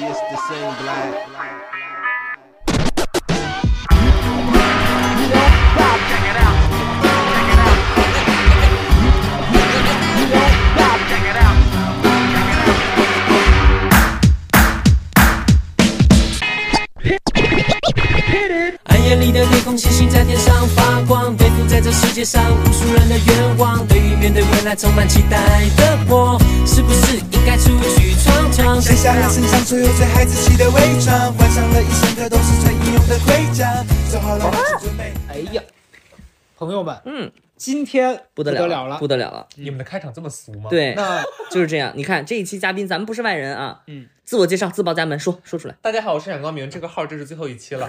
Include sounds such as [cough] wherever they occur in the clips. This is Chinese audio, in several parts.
used to sing black. Hit it 暗夜里的夜空，星星在天上发光，背负在这世界上无数人的愿望。对于面对未来充满期待的我，是不是应该出去闯闯？卸下了身上所有最孩子气的伪装，换上了一身的都是最英勇的盔甲，做好了万全准备。哎呀，朋友们，嗯，今天不得得了了了不得了了。你们的开场这么俗吗？，对，那就是这样。你看这一期嘉宾，咱们不是外人啊，嗯，自我介绍，自报家门，说说出来。大家好，我是冉高明，这个号这是最后一期 [laughs] 了。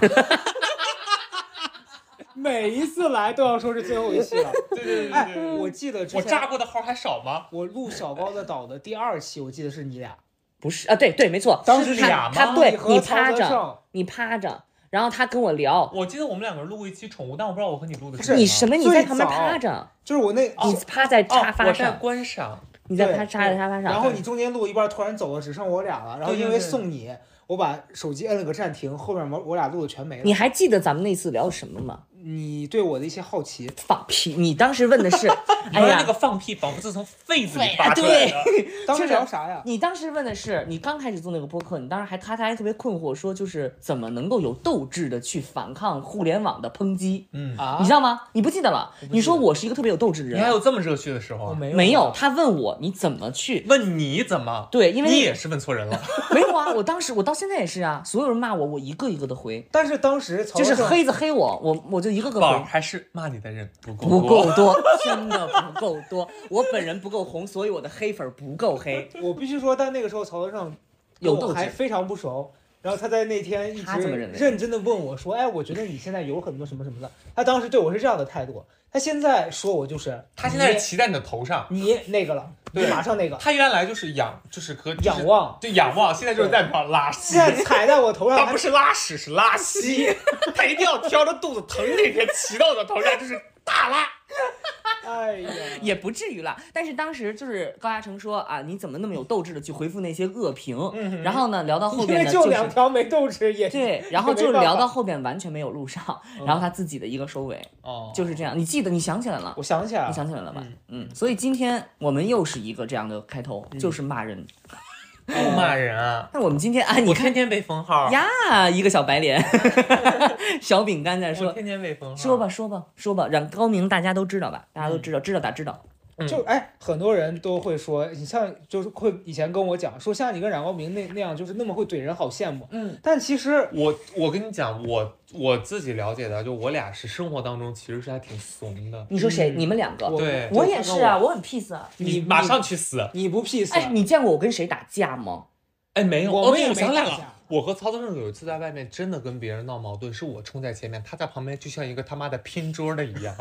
每一次来都要说是最后一期了。 [laughs] 对对对哎，我记得之我炸前过的号还少吗？我录小包的岛的第二期，我记得是你俩，不是啊，对对，没错，当时他俩吗他对你和你曹趴德胜着，你趴着，然后他跟我聊，我记得我们两个人录过一期宠物，但我不知道我和你录的什么你什么？你在旁最早边趴着，就是我那你趴在哦沙，发我在上，观赏。你在对趴沙在沙发上，然后你中间录一半，突然走了，只剩我俩了。然后对对因为对送你，我把手机摁了个暂停，后面我我俩录的全没你了。还记得咱们那次聊什么吗？你对我的一些好奇，放屁！你当时问的是，你哎说呀，那个放屁仿佛是从肺子里啊发出来的。当时就是聊啥呀？你当时问的是，你刚开始做那个播客，你当时还他他还特别困惑，说就是怎么能够有斗志的去反抗互联网的抨击，嗯，啊，你知道吗？你不记得了？你说我是一个特别有斗志的你还人，有这么热血的时候啊？没没有啊？他问我你怎么去。问你怎么？对，因为你也是问错人了。没有啊，我当时我到现在也是啊，所有人骂我，我一个一个的回，但是当时曹就是德胜黑子黑我，我我就一个个宝儿回，还是骂你的人不够不多够多，真的不够多，我本人不够红，所以我的黑粉不够黑，我必须说，但那个时候曹德胜跟有斗我还志非常不熟。然后他在那天一直他怎么认为认真的问我说：“哎，我觉得你现在有很多什么什么的。”他当时对我是这样的态度，他现在说我就是他现在是骑在你的头上，你你那个了，你对马上那个他原来就是仰，就是和就是仰望，对仰望，现在就是在那儿拉稀现。在踩在我头上， [laughs] 他他不是拉屎，是拉 [laughs] 稀。他一定要挑着肚子疼那天骑到我的头上，就是大拉。哎呀， [laughs] 也不至于啦。但是当时就是高嘉诚说啊，你怎么那么有斗志的去回复那些恶评？然后呢，聊到嗯后因边为呢，就是两条没斗志也对，然后没就办聊法嗯到后边完全没有录上，然后他自己的一个收尾哦就是这样。你记得，你想起来了我。想起来你了，想起来了吧？嗯，所以今天我们又是一个这样的开头，嗯就是骂人。不骂人啊！那我们今天啊，你我看天天被封号，呀，一个小白脸， [laughs] 小饼干在我说，天天被封号。说吧，说吧，说吧。冉高明大家都知道吧？大家都知道，知道打知道。嗯就哎，很多人都会说，你像就是会以前跟我讲说，像你跟冉高明那那样，就是那么会怼人，好羡慕。嗯，但其实我我跟你讲，我我自己了解的，就我俩是生活当中其实是还挺怂的。你说谁？你们两个？嗯我对我也是啊，，我很 peace 啊。你马上去死！你不 peace，哎，你见过我跟谁打架吗？哎，没有，我们哦对也没我想起来打架了，我和曹德胜有一次在外面真的跟别人闹矛盾，是我冲在前面，他在旁边就像一个他妈的拼桌的一样，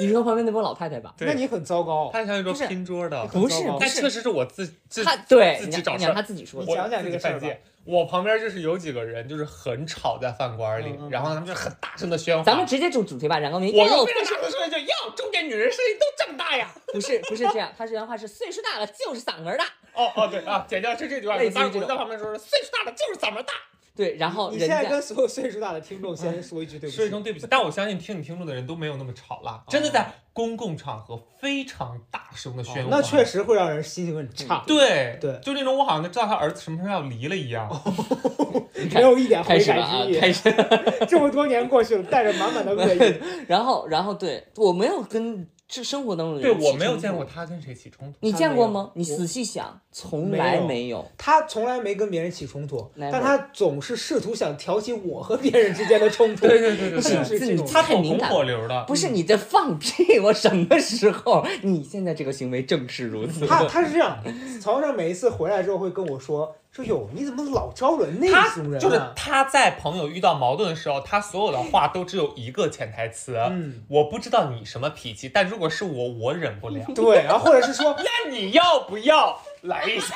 你说旁边那波老太太吧？对那你很糟糕。他像一个不是拼桌的。不是，很糟糕不但确是，实是我自自她对，自你己让找你事让儿她自己说你去。我讲讲自这己个事儿犯吧贱。我旁边就是有几个人，就是很吵，在饭馆里嗯，嗯然后他们就很大声的喧哗。咱们直接主主题吧，冉高明。我哟就非常大声说一 [laughs] 句：“哟，中哦年女人声音都这么 [laughs] 大呀不是不是这样，他这原话是岁数大了就是嗓门儿大。！”哦哦，对啊，剪掉是这句话。类似于当时这我种在旁边说：“岁数大了就是嗓门大。对，然后你人现在家跟所有岁数大的听众先说一句”对不说一起，声对不起，但我相信听你听众的人都没有那么吵啦，真的在公共场合非常大声的喧哗。哦那确。实会让人心情很差，嗯对对就那种我好像知道他儿子什么时候要离了一样。 [laughs] 没有一点悔开始改了啊之，开意。始。 [laughs] 这么多年过去了，带着满满的恶 [laughs] 意，然后然后对我没有跟这生活当中的对人我起没有冲见突过。他跟谁起冲突。你他见没过有吗？你我仔细想，从没来有没有。他从来没跟别人起冲突， Never 但他总是试图想挑起我和别人之间的冲突。对对对对是对不是这种他太火敏红感火流的，不是你在放屁，我什么时候？你现在这个行为正是如此。他他是这样，曹尚每一次回来之后会跟我说说哟，你怎么老招惹那他种人、啊？就是他在朋友遇到矛盾的时候，他所有的话都只有一个潜台词。嗯，。我不知道你什么脾气，但如果是我，我忍不了 [laughs] 对，然后或者是说，那你要不要来一下？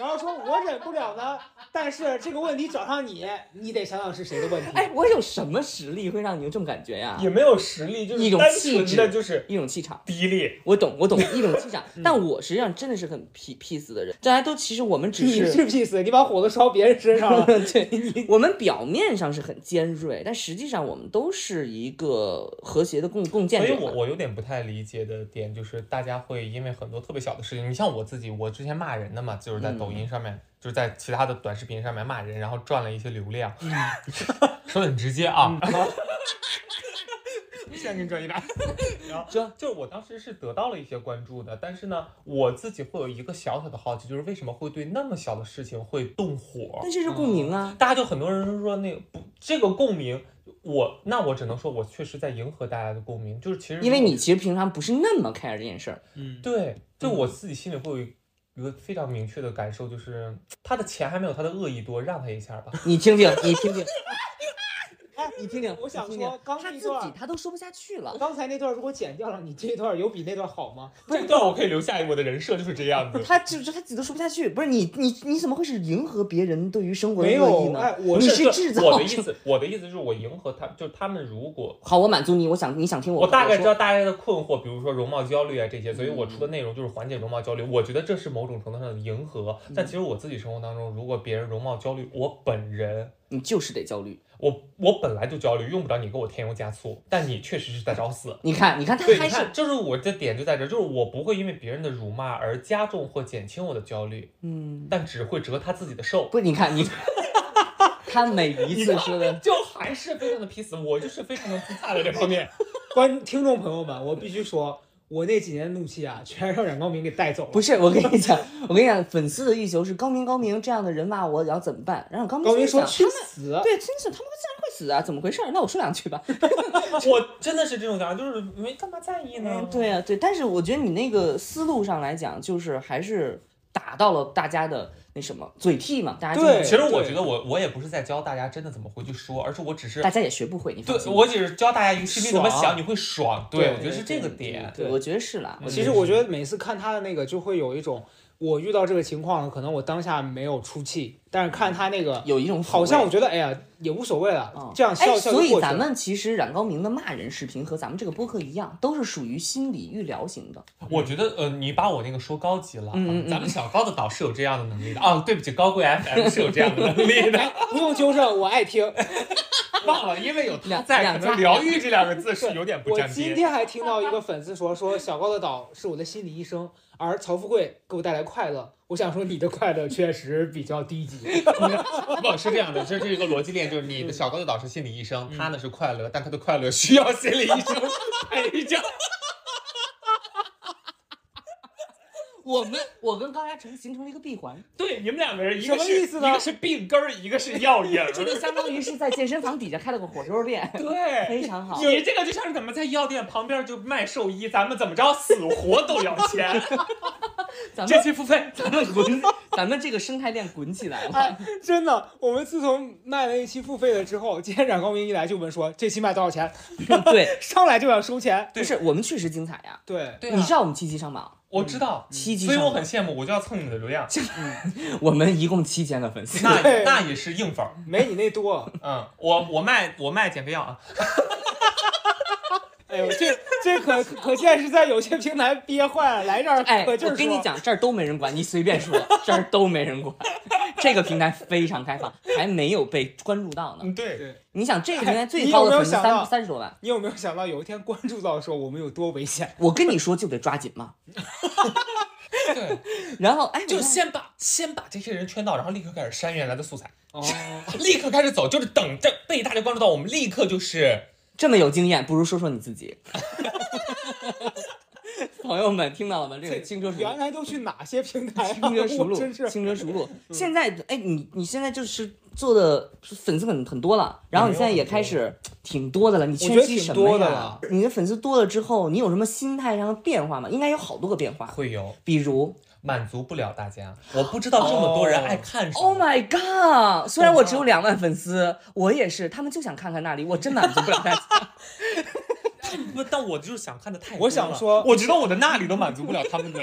然后说我忍不了呢，但是这个问题找上你，你得想想是谁的问题。 [laughs] 哎，我有什么实力会让你有这种感觉呀？也没有实力，就一是种单气纯质的就是一种气场。低劣。我懂， [laughs] 我懂一种气场，嗯但我实际上真的是很 peace peace 的人。大家都其实我们只你 [laughs] 是 peace，你把火都烧别人身上 [laughs] 了。对，我们表面上是很尖锐，但实际上我们都是一个和谐的共共建所以者我嘛。我有点不太理解的点就是，大家会因为很多特别小的事情，你像我自己，我之前骂人的嘛，就是在抖音上面，就是在其他的短视频上面骂人，然后赚了一些流量， [laughs] 说的很直接啊。 [laughs] 现在给你转一百，然后就就我当时是得到了一些关注的，但是呢，我自己会有一个小小的好奇，就是为什么会对那么小的事情会动火？但这是共鸣啊，大家就很多人说那个不，这个共鸣，我那我只能说，我确实在迎合大家的共鸣，就是其实因为你其实平常不是那么 care 这件事儿。对，就我自己心里会有一个非常明确的感受，就是嗯他的钱还没有他的恶意多，让他 [laughs] 一下吧。你听听，你听听，哎你听听，我想你听听说刚他那自段己他都说不下去嗯了。刚才那段如果剪掉了，你这一段有比那段好吗？这段我可以留下我的人设就是这样子。他就就他自己都说不下去，不是你你你怎么会是迎合别人对于生活的没有恶意呢？哎我你不是制造我的意思，我的意思是我迎合他，就是他们如果 [laughs] 好，我满足你，我想你想听我我大概知说嗯道大家的困惑，比如说容貌焦虑啊这些，所以我出的内容就是缓解容貌焦虑。我觉得这是某种程度上的迎合，嗯但其实我自己生活当中，如果别人容貌焦虑，我本人。你就是得焦虑。我我本来就焦虑，用不着你给我添油加醋，但你确实是在找 [laughs] 死。你看，你看他对，还你是看，就是我的点就在这儿，就是我不会因为别人的辱骂而加重或减轻我的焦虑，嗯，但只会折他自己的寿。不，你看 [laughs] 你，他每一次说的，就还是非常的 peace，我就是非常的自洽的这 [laughs] 方面。 [laughs] 观听众朋友们，我必须说，我那几年的怒气啊，全让冉高明给带走了。不是我跟你讲，我跟你讲，粉丝的欲求是高明高明这样的人骂我，然后怎么办？然后高明高明说想去死，对，真是他们会自然会死啊，怎么回事儿？那我说两句吧。我真的是这种想法，就是没干嘛在意呢嗯，。 [laughs] 对啊，对，但是我觉得你那个思路上来讲，就是还是打到了大家的那什么嘴替嘛，大家对其实我觉得我我也不是在教大家真的怎么回去说，而是我只是大家也学不会，你放对心我只是教大家一个心里怎么爽想，你会爽。对，对我觉得是这个点。嗯对，我觉得是啦，我其觉实得我觉得每次看他的那个，就会有一种我遇到这个情况了，可能我当下没有出气，但是看他那个，有一种好像我我。觉得哎呀也无所谓了嗯，这样笑哎笑所就以过去咱了。们其实冉高明的骂人视频和咱们这个播客一样，都是属于心理预疗型的。我觉得呃，你把我那个说高级了，嗯嗯嗯咱们小高的导是有这样的能力的啊。对不起，高贵 FM 是有这样的能力的。 [laughs] 不用纠正，我爱听。 [laughs] 忘了，因为有他两在，两可家能“疗愈”这两个字是有点不我沾今 [laughs] 边。天还听到一个粉丝说，说小高的岛是我的心理医生，而曹富贵给我带来快乐。我想说，你的快乐确实比较低级。 [laughs] 不是这样的，这是一个逻辑链，就是你的小高的导师心理医生，他呢是快乐，但他的快乐需要心理医生陪着。我们我跟高嘉诚形成了一个闭环， [laughs] 对，你们两个人一什么意思呢一个是病根儿，一个是药引儿。这就相当于是在健身房底下开了个火锅店，对，非常好。你这个就像是咱们在药店旁边就卖兽医，咱们怎么着死活都要钱。咱这们期付费， [laughs] 咱们滚，咱们这个生态链滚起来了。哎，真的，我们自从卖了一期付费的之后，今天冉高明一来就问说这期卖多少钱，对，上来就想收钱。不是我们确实精彩呀、对，对啊你知道我们七期上榜，我知道，七期所以上我榜很，羡慕，我就要蹭你的流量。我们一共七千个粉丝。那对那也是硬粉儿。没你那 [laughs] 多。嗯， [laughs] 我我卖我卖减肥药啊。哎呦，这这可可见是在有些平台憋坏了，来这儿哎，可劲我儿跟你说。讲，这儿都没人管，你随便说，这儿都没人管。 [laughs] 这个平台非常开放，还没有被关注到呢。嗯，对。你想，这个平台哎最你高有的没有粉丝想到三三十多万，你有没有想到有一天关注到的时候，我们有多危险？我跟你说就得抓紧嘛。对， [laughs] 然后哎，就我看先把先把这些人圈到，然后立刻开始删原来的素材， [laughs] 哦，立刻开始走，就是等着被大家关注到，我们立刻就是这么有经验，不如说说你自己。 [laughs] 朋友们，听到了吗？这个轻车熟路原。来都去哪些平 [laughs] 台、啊？轻车熟我真路，是轻车熟 [laughs] 路。现在，哎，你你现在就是做的粉丝很很多了，然后你现在也开始挺多的了。你我圈觉得期挺什么多的呀了你的粉丝多了之后，你有什么心态上的变化吗？应该有好多个变化，会有比如满足不了大家，我不知道这么多人爱看什么。 ，Oh my God！虽然我只有两万粉丝，我也是，他们就想看看那里，我真满足不了大 [laughs] 家。不，但我就是想看的太多了我想说我觉得我的那里都满足不了他们的。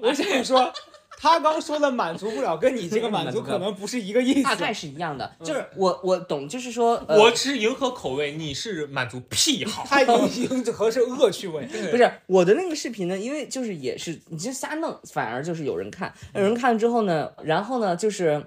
我想说，他刚说的满足不了，跟你这个满足可能不是一个意大思。概是一样的，就是我我懂，就是说，呃、我是迎合口味，你是满足癖好。他已经合是恶趣 [laughs] 味，不是我的那个视频呢，因为就是也是你就瞎弄，反而就是有人看，有人看之后呢，然后呢就是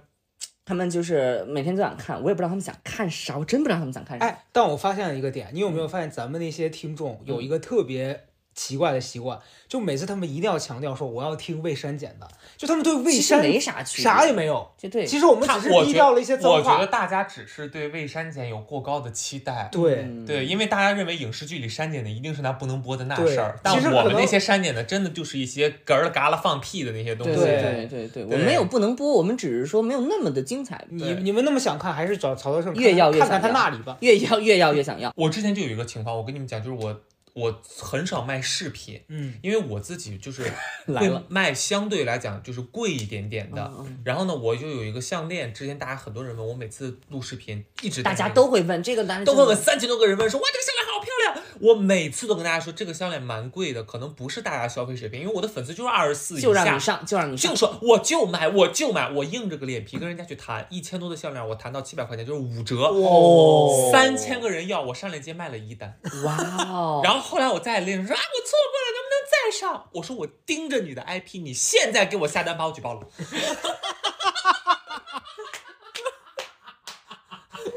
他们就是每天都想看，我也不知道他们想看啥，我真不知道他们想看啥。哎，但我发现了一个点，你有没有发现咱们那些听众有一个特别奇怪的习惯，就每次他们一定要强调说我要听魏山简单，就他们对魏其实山没啥区别，啥也没有。就对，其实我们他只是我低觉调了一些得，我脏觉得话。大家只是对魏删减有过高的期待。对，嗯对，因为大家认为影视剧里删减的一定是那不能播的那对事儿，但其实我可们能那些删减的真的就是一些嗝儿了嘎啦放屁的那些东对西。对对对，我没有不能播，我们只是说没有那么的精彩，你对你们那么想看，还是找曹德胜看越要越看看他想要那里吧。越要越要 [laughs] 越想要。我之前就有一个情况，我跟你们讲，就是我我很少卖饰品，嗯，因为我自己就是 [laughs] 来会了卖相对来讲就是贵一点点的。嗯嗯然后呢，我就有一个项链，之前大家很多人问我，每次录视频一直戴大家那个都会问这个男人都会问真的三千多个人问说，哇，这个项链好漂亮！我每次都跟大家说，这个项链蛮贵的，可能不是大家消费水平，因为我的粉丝就是二十四以就让下你。上，就让你上就，说我就买，我就买，我硬着个脸皮跟人家去谈一千多的项链，我谈到七百块钱就是五折，哦三千个人要，我上链接卖了一单，哇哦， [laughs] 然后后来我再练说啊，我错过了，能不能再上？我说我盯着你的 IP，你现在给我下单把我举报了。 [laughs]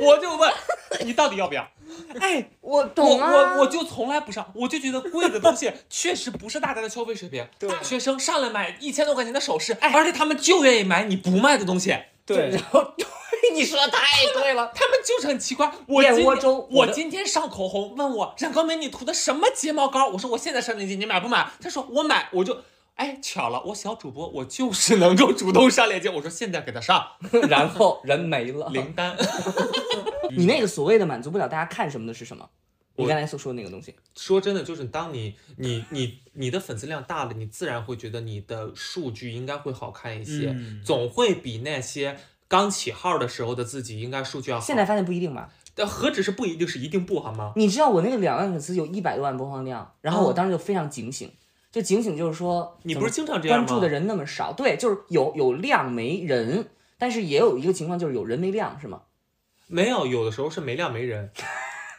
我就问你到底要不要？哎，我我懂啊，我我就从来不上，我就觉得贵的东 [laughs] 西确实不是大家的消费水平。大学生上来买一千多块钱的首饰，哎，而且他们就愿意买你不卖的东西。对，然后对你说的太对 [laughs] 了，他们就是很奇怪。我燕今窝天粥我我的今天上口红，问我冉高梅你涂的什么睫毛膏？我说我现在上链接，你买不买？他说我买，我就。哎，巧了，我小主播，我就是能够主动上链接。我说现在给他 [laughs] 上然后人没了。零单， [laughs] 你那个所谓的满足不了大家看什么的是什么？你我刚才所说的那个东西，说真的，就是当你你你你的粉丝量大了，你自然会觉得你的数据应该会好看一些，嗯总会比那些刚起号的时候的自己应该数据要好。现在发现不一定吧？但何止是不一定是一定不好吗？你知道我那个两万粉丝有一百多万播放量，然后我当时就非常警醒，就警醒就是说，你不是经常这样关吗？注的人那么少，对，就是有有量没人，但是也有一个情况就是有人没量，是 [laughs] 吗？没有，有的时候是没亮没人。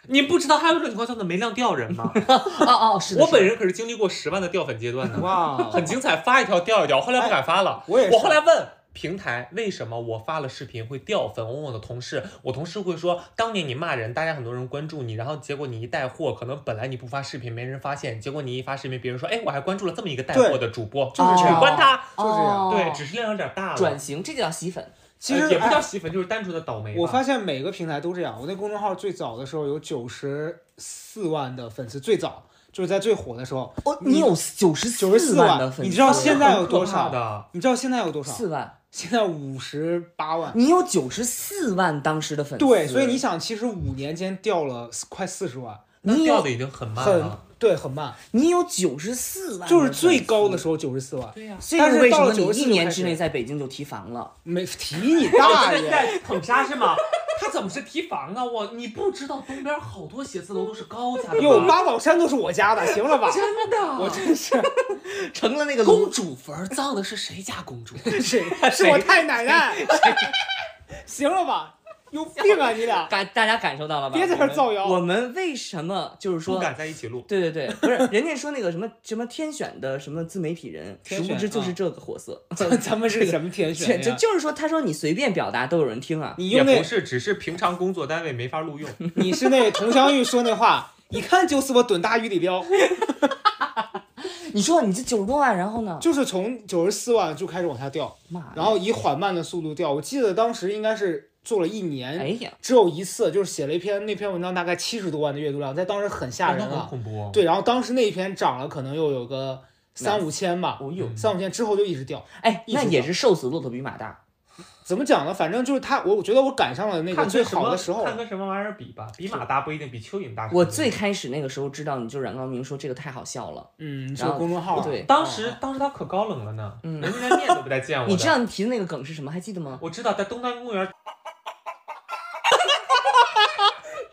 你不知道还有一种情况叫做没亮掉人 [laughs] 吗？哦哦，是的，我是的本人可是经历过十万的掉粉阶段 [laughs] 的， [laughs] 哇，很精彩，发一条掉一条，后来不哎敢发了。我也是我后啊来问平台为什么我发了视频会掉粉，我问我的同事，我同事会说，当年你骂人，大家很多人关注你，然后结果你一带货，可能本来你不发视频没人发现，结果你一发视频，别人说，哎，我还关注了这么一个带货的主播，就是啊取这样关他。就是这样哦对，只是量有点大了，呃转型，这就叫洗粉，其实呃也不哎叫洗粉，就是单纯的倒霉吧。我发现每个平台都这样。我那公众号最早的时候有九十四万的粉丝，最早就是在最火的时候，哦，你你有九十九十四万的粉丝，你知道现在有很可多怕少？的，你知道现在有多少？四万，现在五十八万。你有九十四万当时的粉丝，对，所以你想，其实五年间掉了快四十万，你那掉有的已经很慢啊很了。对，很慢，你有九十四万，就是最高的时候九十四万，对呀、这但是是为什到么了你94一年之内在北京就提防了？没提你 [laughs] 大你爷。在捧杀是吗？他怎么是提防啊？我你不知道东边好多写字楼都是高价的哟，吗？八宝山都是我家的，行了吧？真的，啊我真是成了那个公主坟儿葬的是 [laughs] 谁家公主？是是我太奶奶， [laughs] 行了吧？有病啊你俩！感，大家感受到了吧？别在这儿造谣我们我们为什么就是不说？敢在一起录。对对对，不是人家说那个什么什么天选的什么自媒体人，殊天选不知就是啊这个货色。咱们是什么天就选就呀？就是说，他说你随便表达都有人听啊。你也用那不是，只是平常工作单位没 [laughs] 法录用。你是那佟湘玉说那话，一看就是我蹲大鱼里撩，你说你这九十多万，然后呢？就是从九十四万就开始往下掉，妈呀！然后以缓慢的速度掉。我记得当时应该是做了一哎年，呀，只有一次，就是写了一篇那篇文章，大概七十多万的阅读量，在当时很吓人啊很了。恐怖。，对，然后当时那一篇涨了，可能又有个三五千吧，哦呦，三五千之后就一直掉。哎，一直那也是瘦死骆驼比马大。怎么讲呢？反正就是他，我我觉得我赶上了那个看最跟什好么的时候。看跟什么玩意儿比吧，比马大不一定，比蚯蚓大。我最开始那个时候知道，你就冉高明说这个太好笑了。嗯，是然后公众号啊，对，当时当时他可高冷了呢，嗯人家连面都不带见我的。你知道你提的那个梗是什么？还记得吗？我知道在东单公园，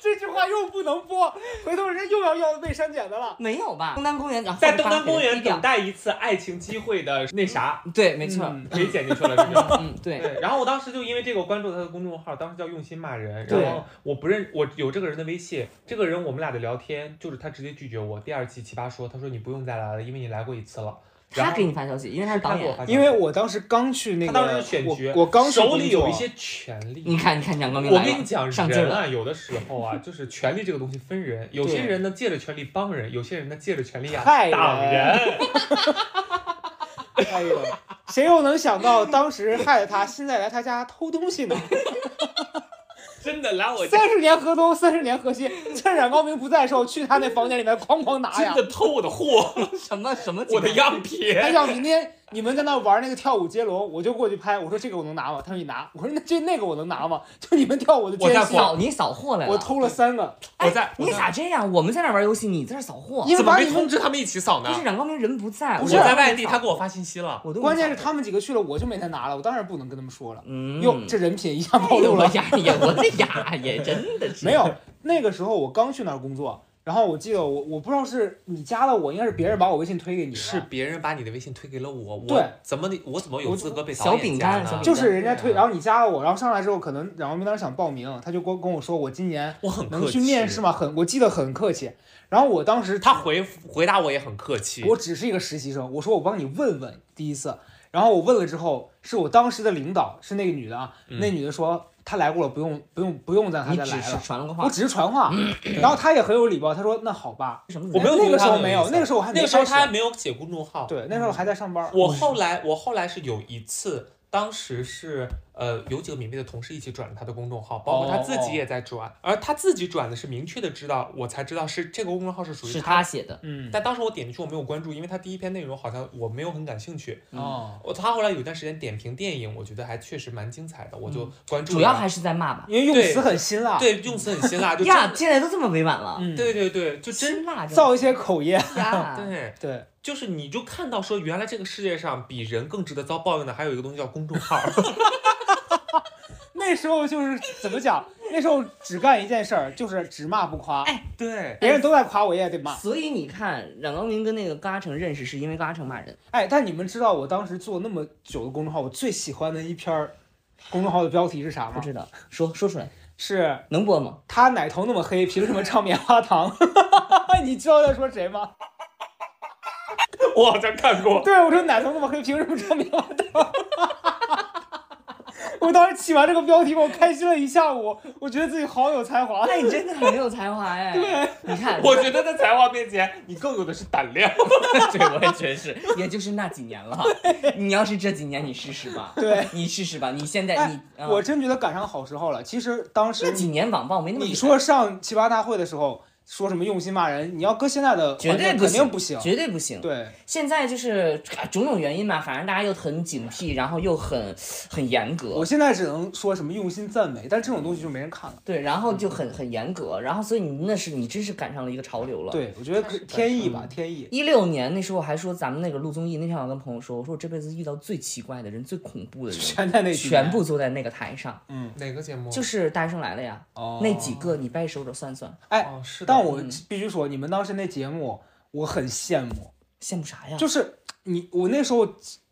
这句话妈又不能播，回头人家又要要被删减的了。没有吧？东单公园，然后在放东发单公别的园低调等待一次爱情机会 [laughs] 的那啥，对，没错，嗯可以剪进去了，这就。嗯，对， [laughs] 对，然后我当时就因为这个关注他的公众号，当时叫用心骂人。对然后我不认，我有这个人的微信，这个人我们俩的聊天就是他直接拒绝我。第二期奇葩说，他说你不用再来了，因为你来过一次了。然后他给你发消息，因为他是他导给我演。发消息，因为我当时刚去那个，他当时选角，我我刚去手里有工作一些权利。你看，你看，蒋光明我来了跟你讲，上劲儿人了。啊，有的时候 [laughs] 啊，就是权力这个东西分人，有些人呢借着权力帮人，有些人呢借着权力呀害人挡人。哎呦，谁又能想到当时害他，现在来他家偷东西呢？真的来我家，三十年河东，三十年河西，趁冉高明不在的时候，去他那房间里面哐哐拿呀真。的偷我的货，什么什么？我的样品。他想明天你们在那玩那个跳舞接龙，我就过去拍。我说这个我能拿吗？他说你拿。我说那这那个我能拿吗？就你们跳舞的我在间隙，扫啊你扫货来了。我偷了三个，我在，我你在咋这样？我们在那玩游戏，你在这扫货。因为怎么把没你们通知他们一起扫呢不？是冉高明人不在，不我是我在外地，他给我发信息了。我都没关键是扫，他们几个去了，我就没再拿了。我当然不能跟他们说了。嗯，哟，这人品一下暴哎呦露我了。牙也，我的牙也真的 [laughs] 是没有，那个时候我刚去那儿工作，然后我记得我我不知道是你加了我，应该是别人把我微信推给你的。是别人把你的微信推给了我，我对怎么你啊我怎么有我资格被小导演饼加干呢小饼干就是人家推，对啊然后你加了我，然后上来之后，可能冉高明当时想报名，他就跟跟我说我今年我很客气能去面试吗？很，我记得很客气。然后我当时他回回答我也很客气，我只是一个实习生，我说我帮你问问第一次，然后我问了之后，是我当时的领导是那个女的啊，嗯那女的说她来过了，不用不用不用再她你再只来是了。传了个我话，只是传话，然后她也很有礼貌，她说那好吧。什么？我没有那觉得个时他候很没意有，思那个时候我还没那个时候开始他还没有写公众号，对，那时候还在上班。我后来，我后来是有一次，当时是呃有几个敏锐的同事一起转了他的公众号，包括他自己也在转，而他自己转的是明确的知道，我才知道是这个公众号是属于是他他的。写的，嗯，但当时我点进去我没有关注，因为他第一篇内容好像我没有很感兴趣。哦，我他后来有一段时间点评电影，我觉得还确实蛮精彩的，我就关注了。主要还是在骂吧。因为用对词很辛辣，对用词很 [laughs] 辛辣，就真呀，现在都这么委婉了，嗯对对对，就真真辣着 [laughs] 造一些口业。呀。 [laughs] 对。对，就是你就看到说，原来这个世界上比人更值得遭报应的，还有一个东西叫公众号。那时候就是怎么讲？那时候只干一件事儿，就是只骂不夸。哎 [laughs] 对，别人都在夸，我也得骂。所以你看，冉高明跟那个高阿成认识，是因为高阿成骂人。哎，但你们知道我当时做那么久的公众号，我最喜欢的一篇儿公众号的标题是啥不吗？知道， [laughs] 说说出来，是能播吗？他奶头那么黑，凭什么唱棉花糖？ [laughs] 你知道在说谁吗？ [laughs] 我好像看过。 [laughs] 对，我说奶头那么黑，凭什么唱棉花糖？ [laughs] 我当时起完这个标题，我开心了一下午，我觉得自己好有才华。那你 [laughs] [laughs] 真的很有才华哎！对，你看，我觉得在才华面前，你更有的是胆量。对，我也觉得是，也就是那几年了。你要是这几年，你试试吧。对，你试试吧。你现在哎你，啊我真觉得赶上好时候了。其实当时这几年网暴没那么厉害你说上奇葩大会的时候，说什么用心骂人，你要搁现在的绝环对境肯定不不行。绝对不行。对，现在就是啊种种原因嘛，反正大家又很警惕，然后又很很严格我，现在只能说什么用心赞美，但这种东西就没人看了。对，然后嗯就很很严格，然后所以你那是你真是赶上了一个潮流了。。对，我觉得可天意嗯吧，天意。一六年那时候还说咱们那个录综艺，那天我跟朋友说，我说我这辈子遇到最奇怪的人、最恐怖的人，全啊在那几年全部坐在那个台上，哪个节目？就是《大学生来了》呀，哦那几嗯个你掰手指算算，哎哦，，是但的。我必须说，你们当时那节目我很羡慕，羡慕啥呀？嗯就是你我那时候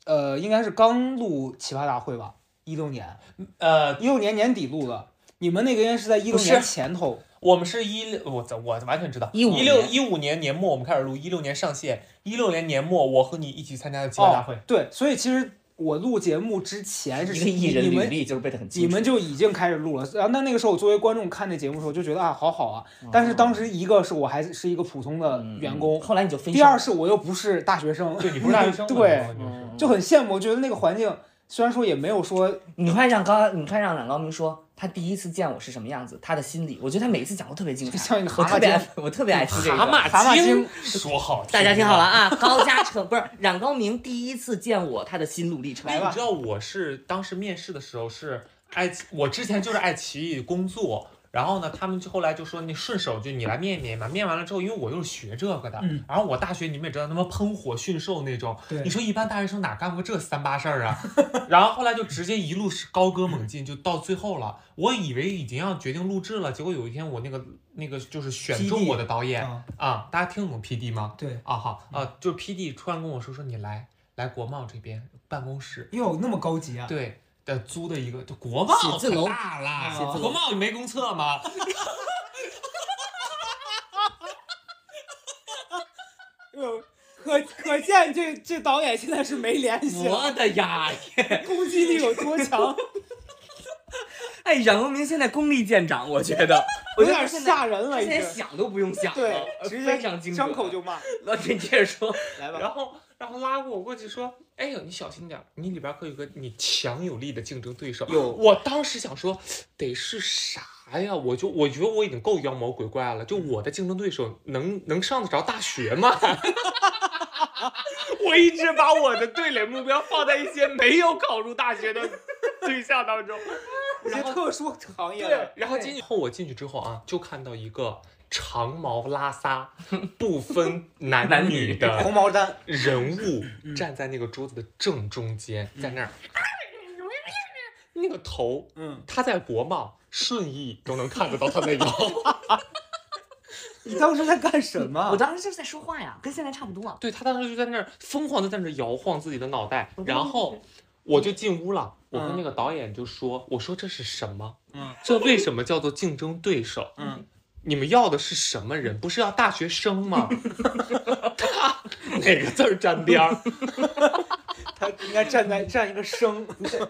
呃应该是刚录奇葩大会吧，一六年，呃，一六年年底录的。你们那个应该是在一六不是年前头，我们是一六，我我完全知道。 15一六一五年年末我们开始录，一六年上线，一六年年末我和你一起参加的奇葩大会。哦，对，所以其实我录节目之前是一个艺人你履们历就是背的很清你楚。们就已经开始录了。然后那那个时候，我作为观众看这节目的时候，就觉得啊，好好啊。嗯但是当时一个是我还是一个普通的员工，后来你就分手第二是我又不是大学生，嗯对，你嗯不是大 [laughs] 学生吗，对，你是就很羡慕。我觉得那个环境虽然说也没有说，你快让高，你快让冉高明说他第一次见我是什么样子，他的心理，我觉得他每一次讲都特别精彩，像一个蛤蟆我特别精爱，我特别爱听这个。蛤蟆蛤蟆精精说好听，大家听好了。啊，高嘉诚不是冉高明第一次见我，他的心路历程。来哎你吧知道我是当时面试的时候是爱奇，我之前就是爱奇艺工作，然后呢，他们就后来就说你顺手就你来面一面吧，面完了之后，因为我又是学这个的，嗯然后我大学你们也知道，他妈喷火驯兽那种，对你说一般大学生哪干过这三八事儿啊？ [laughs] 然后后来就直接一路是高歌猛进，就到最后了。我以为已经要决定录制了，结果有一天我那个那个就是选 PD 中我的导演啊嗯啊，大家听得懂 P D 吗？对，啊好啊，就是 P D 突然跟我说说你来来国贸这边办公室，哟，那么高级啊！对。呃，租的一个就国贸写字可楼啊大啦，写字楼国贸你没公厕 [laughs] 吗？ [laughs] 可可见这这导演现在是没联系了，我的呀！攻击力有多强，哎，冉光明现在功力见长，我觉得，我有觉得点他现在吓人了，他已现在经。想都不用想了，呃对，直接非常精准，张口就骂，老铁接着 [laughs] 说，来吧。然后然后拉过我过去说，哎呦，你小心点儿，你里边儿可有个你强有力的竞争对手。有我当时想说，得是啥呀？我就我觉得我已经够妖魔鬼怪了，就我的竞争对手能能上得着大学吗？ [laughs] 我一直把我的对垒目标放在一些没有考入大学的对象当中。一些特殊行业对了，，然后进去后我进去之后啊，就看到一个长毛拉撒，不分男男女女 [laughs] 的红毛丹，人物站在那个桌子的正中间，在那儿，那个头，嗯，他在国贸、顺义都能看得到他那个。你当时在干什么？啊我当时就是在说话呀，跟现在差不多啊。对他当时就在那儿疯狂的在那儿摇晃自己的脑袋，然后我就进屋了。我跟那个导演就说：“我说这是什么？嗯，这为什么叫做竞争对手？嗯，你们要的是什么人？不是要大学生吗？ [laughs] 他哪个字儿沾边儿？他应该站在站一个牲，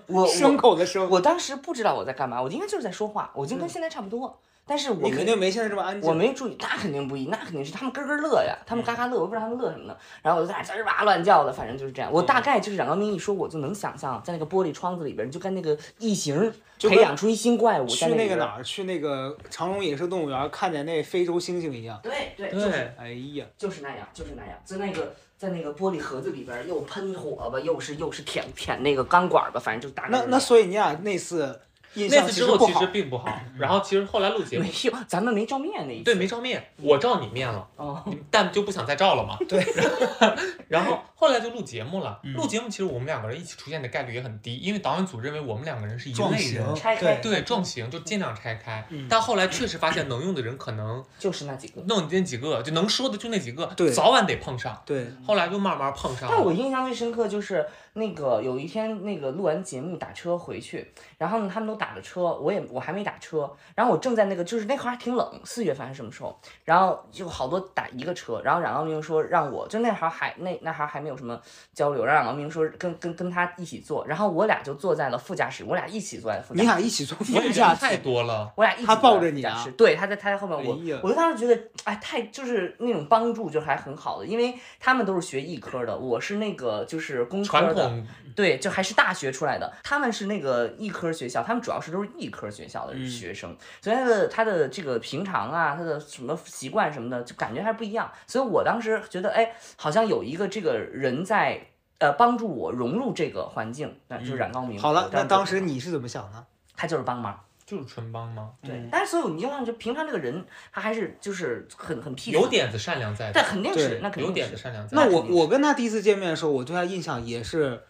我 [laughs] 牲口的牲。我当时不知道我在干嘛，我应该就是在说话，我就跟现在差不多，但是我嗯你没肯定没现在这么安静。我没注意，那肯定不一，那肯定是他们咯咯乐呀，他们嗯嘎嘎乐，我不知道他们乐什么呢。然后我就在那吱哇乱叫的，反正就是这样。我嗯大概就是冉高明一说，我就能想象在那个玻璃窗子里边，就跟那个异形就跟培养出一新怪物，去在那个个哪？儿，去那个长隆野生动物园，看见那非洲猩猩一样。对对，就是哎呀，就是那样，就是那样，在那个在那个玻璃盒子里边又喷火吧，又是又是舔舔那个钢管吧，反正就大概那是那样所以你俩那次印那象次其之实后不其好实。并不好。然后其实后来录节目没，有，咱们没照面那一次。对，没照面，我照你面了，哦，但就不想再照了嘛。对， [laughs] 嗯然后后来就录节目了。录节目其实我们两个人一起出现的概率也很低，因为导演组认为我们两个人是一撞类型嗯人。拆开对，撞型就尽量拆开，但后来确实发现能用的人可能就是那几个。弄那几个，就能说的就那几个，对早晚得碰上。对，后来就慢慢碰上但我了。印象最深刻就是那个有一天那个录完节目打车回去，然后呢他们都打了车，我也我还没打车，然后我正在那个就是那会儿还挺冷，四月份还是什么时候，然后就好多打一个车，然后冉高明说让我就那会儿还那那会儿还没有什么交流，让冉高明说跟跟跟他一起坐，然后我俩就坐在了副驾驶，我俩一起坐在了副驾你驶。俩一起坐我副人驾太驶，多了，我俩一起他坐抱在着副你驾啊驶对，他在他在后面，我哎呀我就当时觉得，哎，太就是那种帮助就还很好的，因为他们都是学艺科的，我是那个就是工科传的，统对，就还是大学出来的，他们是那个艺科学校，他们主要是都是艺科学校嗯的学生，所以他的他的这个平常啊，他的什么习惯什么的，就感觉还不一样，所以我当时觉得，哎，好像有一个这个人在。呃，帮助我融入这个环境，那就是冉高嗯明。好了我，这那样觉当得时你是怎么想的？他就是帮忙，就是纯帮吗？嗯对，但是所以你就看，就平常这个人，他还是就是很很 peace，有，点子善良在但的，肯定对是，那肯有定点是子善良在那的。我肯定是我跟他第一次见面的时候，我对他印象也是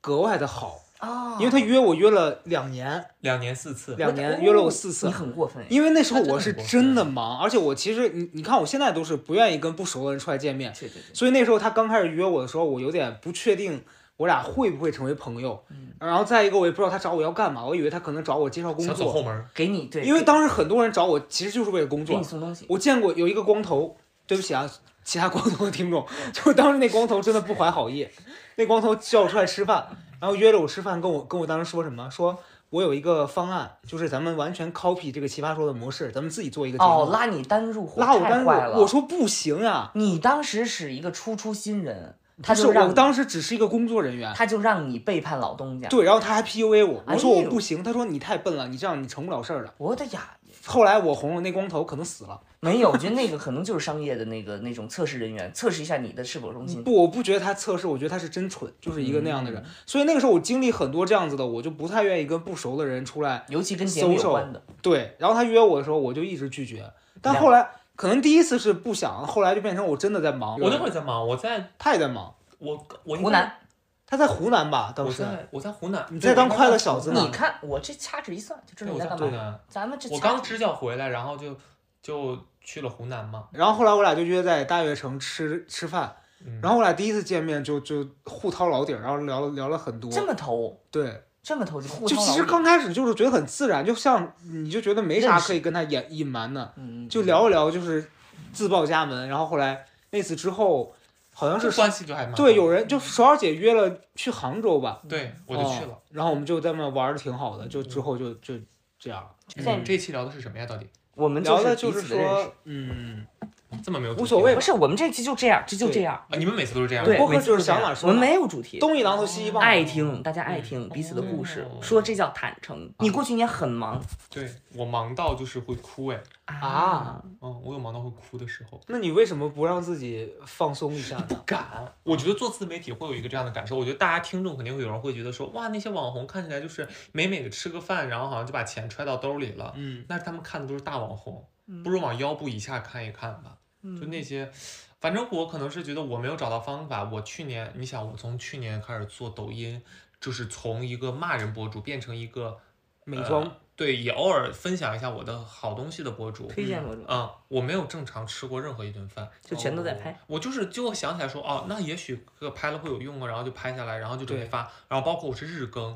格外的好，啊，因为他约我约了两年，两年四次，两哦年约了我四次你，很过分，因为那时候我是真的忙，而且我其实你你看我现在都是不愿意跟不熟的人出来见面，对对对，所以那时候他刚开始约我的时候，我有点不确定我俩会不会成为朋友。然后再一个，我也不知道他找我要干嘛，我以为他可能找我介绍工想走作，后门，给你对，因为给当时很多人找我其实就是为了工给作你。送东西，我见过有一个光头，对不起啊，其他光头的听众， [laughs] 就当时那光头真的不怀好意，那光头叫我出来吃饭，然后约着我吃饭，跟我跟我当时说什么说。我有一个方案，就是咱们完全 copy 这个奇葩说的模式，咱们自己做一个节目。哦，拉你单入伙，拉我太干坏我，了，我说不行啊，你当时是一个初出新人，他不是就让我你当时只是一个工作人员，他就让你背叛老东家。对，然后他还 PUA 我，我说哎我呦不行，他说你太笨了，你这样你成不了事儿的。我的呀，后来我红了，那光头可能死了。没有，我觉得那个可能就是商业的那个那种测试人员测试一下你的是否忠心。不，我不觉得他测试，我觉得他是真蠢，就是一个那样的人。所以那个时候我经历很多这样子的，我就不太愿意跟不熟的人出来。尤其跟节目有关的，对，然后他约我的时候，我就一直拒绝。但后来可能第一次是不想，后来就变成我真的在忙。我那会儿在忙，我在他也在忙，我我应该湖南，他在湖南吧？当我时在我在湖南，你在当快乐小子呢你看我这掐指一算就知对，道我你在在干湖嘛。南，咱们这我掐刚支教回来，然后就就去了湖南嘛，然后后来我俩就约在大悦城吃吃饭，嗯然后我俩第一次见面就就互掏老底儿，然后聊了聊了很多。这么投，对，这么投就互就相其老实李刚开始就是觉得很自然，就像你就觉得没啥认识可以跟他掩隐瞒的，嗯就聊一聊，就是自报家门。然后后来那次之后，好像这是关系就还蛮对好有人就首尔姐约了去杭州吧，嗯对我就去哦了。然后我们就在那玩的挺好的，就之后就就这样了。在嗯这一期聊的是什么呀？到底我们聊的就就是是彼此的认识说，嗯，这么没有主无题所谓吗不是我们这期就这样，这就这样，啊？你们每次都是这样对吗播客就是想哪我说们哪，没有主题。东一榔头西一棒，爱听，大家嗯爱听彼此的故事，哦说这叫坦诚。你过去一年很忙对，我忙到就是会哭哎，啊，嗯，我有忙到会哭的时候。那你为什么不让自己放松一下 [laughs] 呢？敢，我觉得做自媒体会有一个这样的感受。我觉得大家听众肯定会有人会觉得说，哇，那些网红看起来就是美美的吃个饭，然后好像就把钱揣到兜里了。嗯，那他们看的都是大网红，嗯不如往腰部以下看一看吧。就嗯那些，反正我可能是觉得我没有找到方法。我去年，你想，我从去年开始做抖音，就是从一个骂人博主变成一个美妆呃对，也偶尔分享一下我的好东西的博主。推荐博主，嗯，我没有正常吃过任何一顿饭，就全都在拍。我就是就想起来说，哦，那也许这个拍了会有用啊，然后就拍下来，然后就准备发，然后包括我是日更，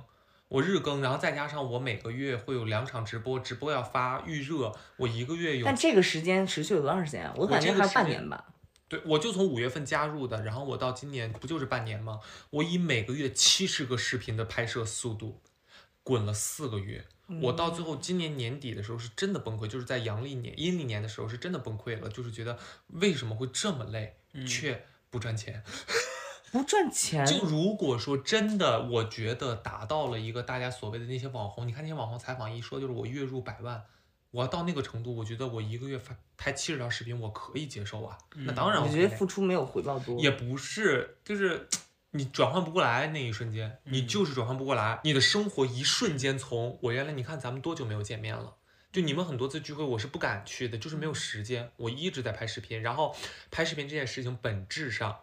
我日更，然后再加上我每个月会有两场直播，直播要发预热，我一个月有但，这个时间持续了多长时间啊？我感觉还这个有时半间年吧。对我就从五月份加入的，然后我到今年不就是半年吗？我以每个月七十个视频的拍摄速度，滚了四个月。嗯我到最后今年年底的时候是真的崩溃，就是在阳历年、阴历年的时候是真的崩溃了，就是觉得为什么会这么累，却不赚钱。不赚钱，就如果说真的，我觉得达到了一个大家所谓的那些网红，你看那些网红采访一说就是我月入百万，我要到那个程度，我觉得我一个月发拍七十条视频，我可以接受啊。那当然我我觉得付出没有回报多。也不是，就是你转换不过来那一瞬间，你就是转换不过来，你的生活一瞬间从我原来你看咱们多久没有见面了。就你们很多次聚会，我是不敢去的，就是没有时间。我一直在拍视频，然后拍视频这件事情本质上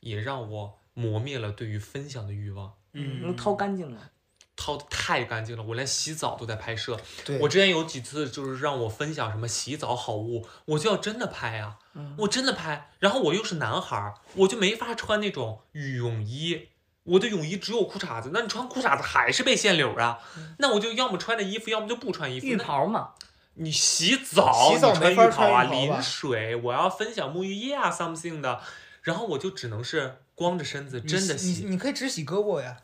也让我磨灭了对于分享的欲望，嗯能掏干净了。掏的太干净了，我连洗澡都在拍摄。对我之前有几次就是让我分享什么洗澡好物，我就要真的拍啊，嗯我真的拍。然后我又是男孩儿，我就没法穿那种羽绒衣，我的泳衣只有裤衩子，那你穿裤衩子还是被限流啊？嗯那我就要么穿着衣服，要么就不穿衣服。浴那袍嘛，你洗澡，洗澡你穿没法浴袍啊，穿浴袍吧淋水，我要分享沐浴液啊，something 的，然后我就只能是光着身子真的洗。你可以只洗嗯胳膊呀。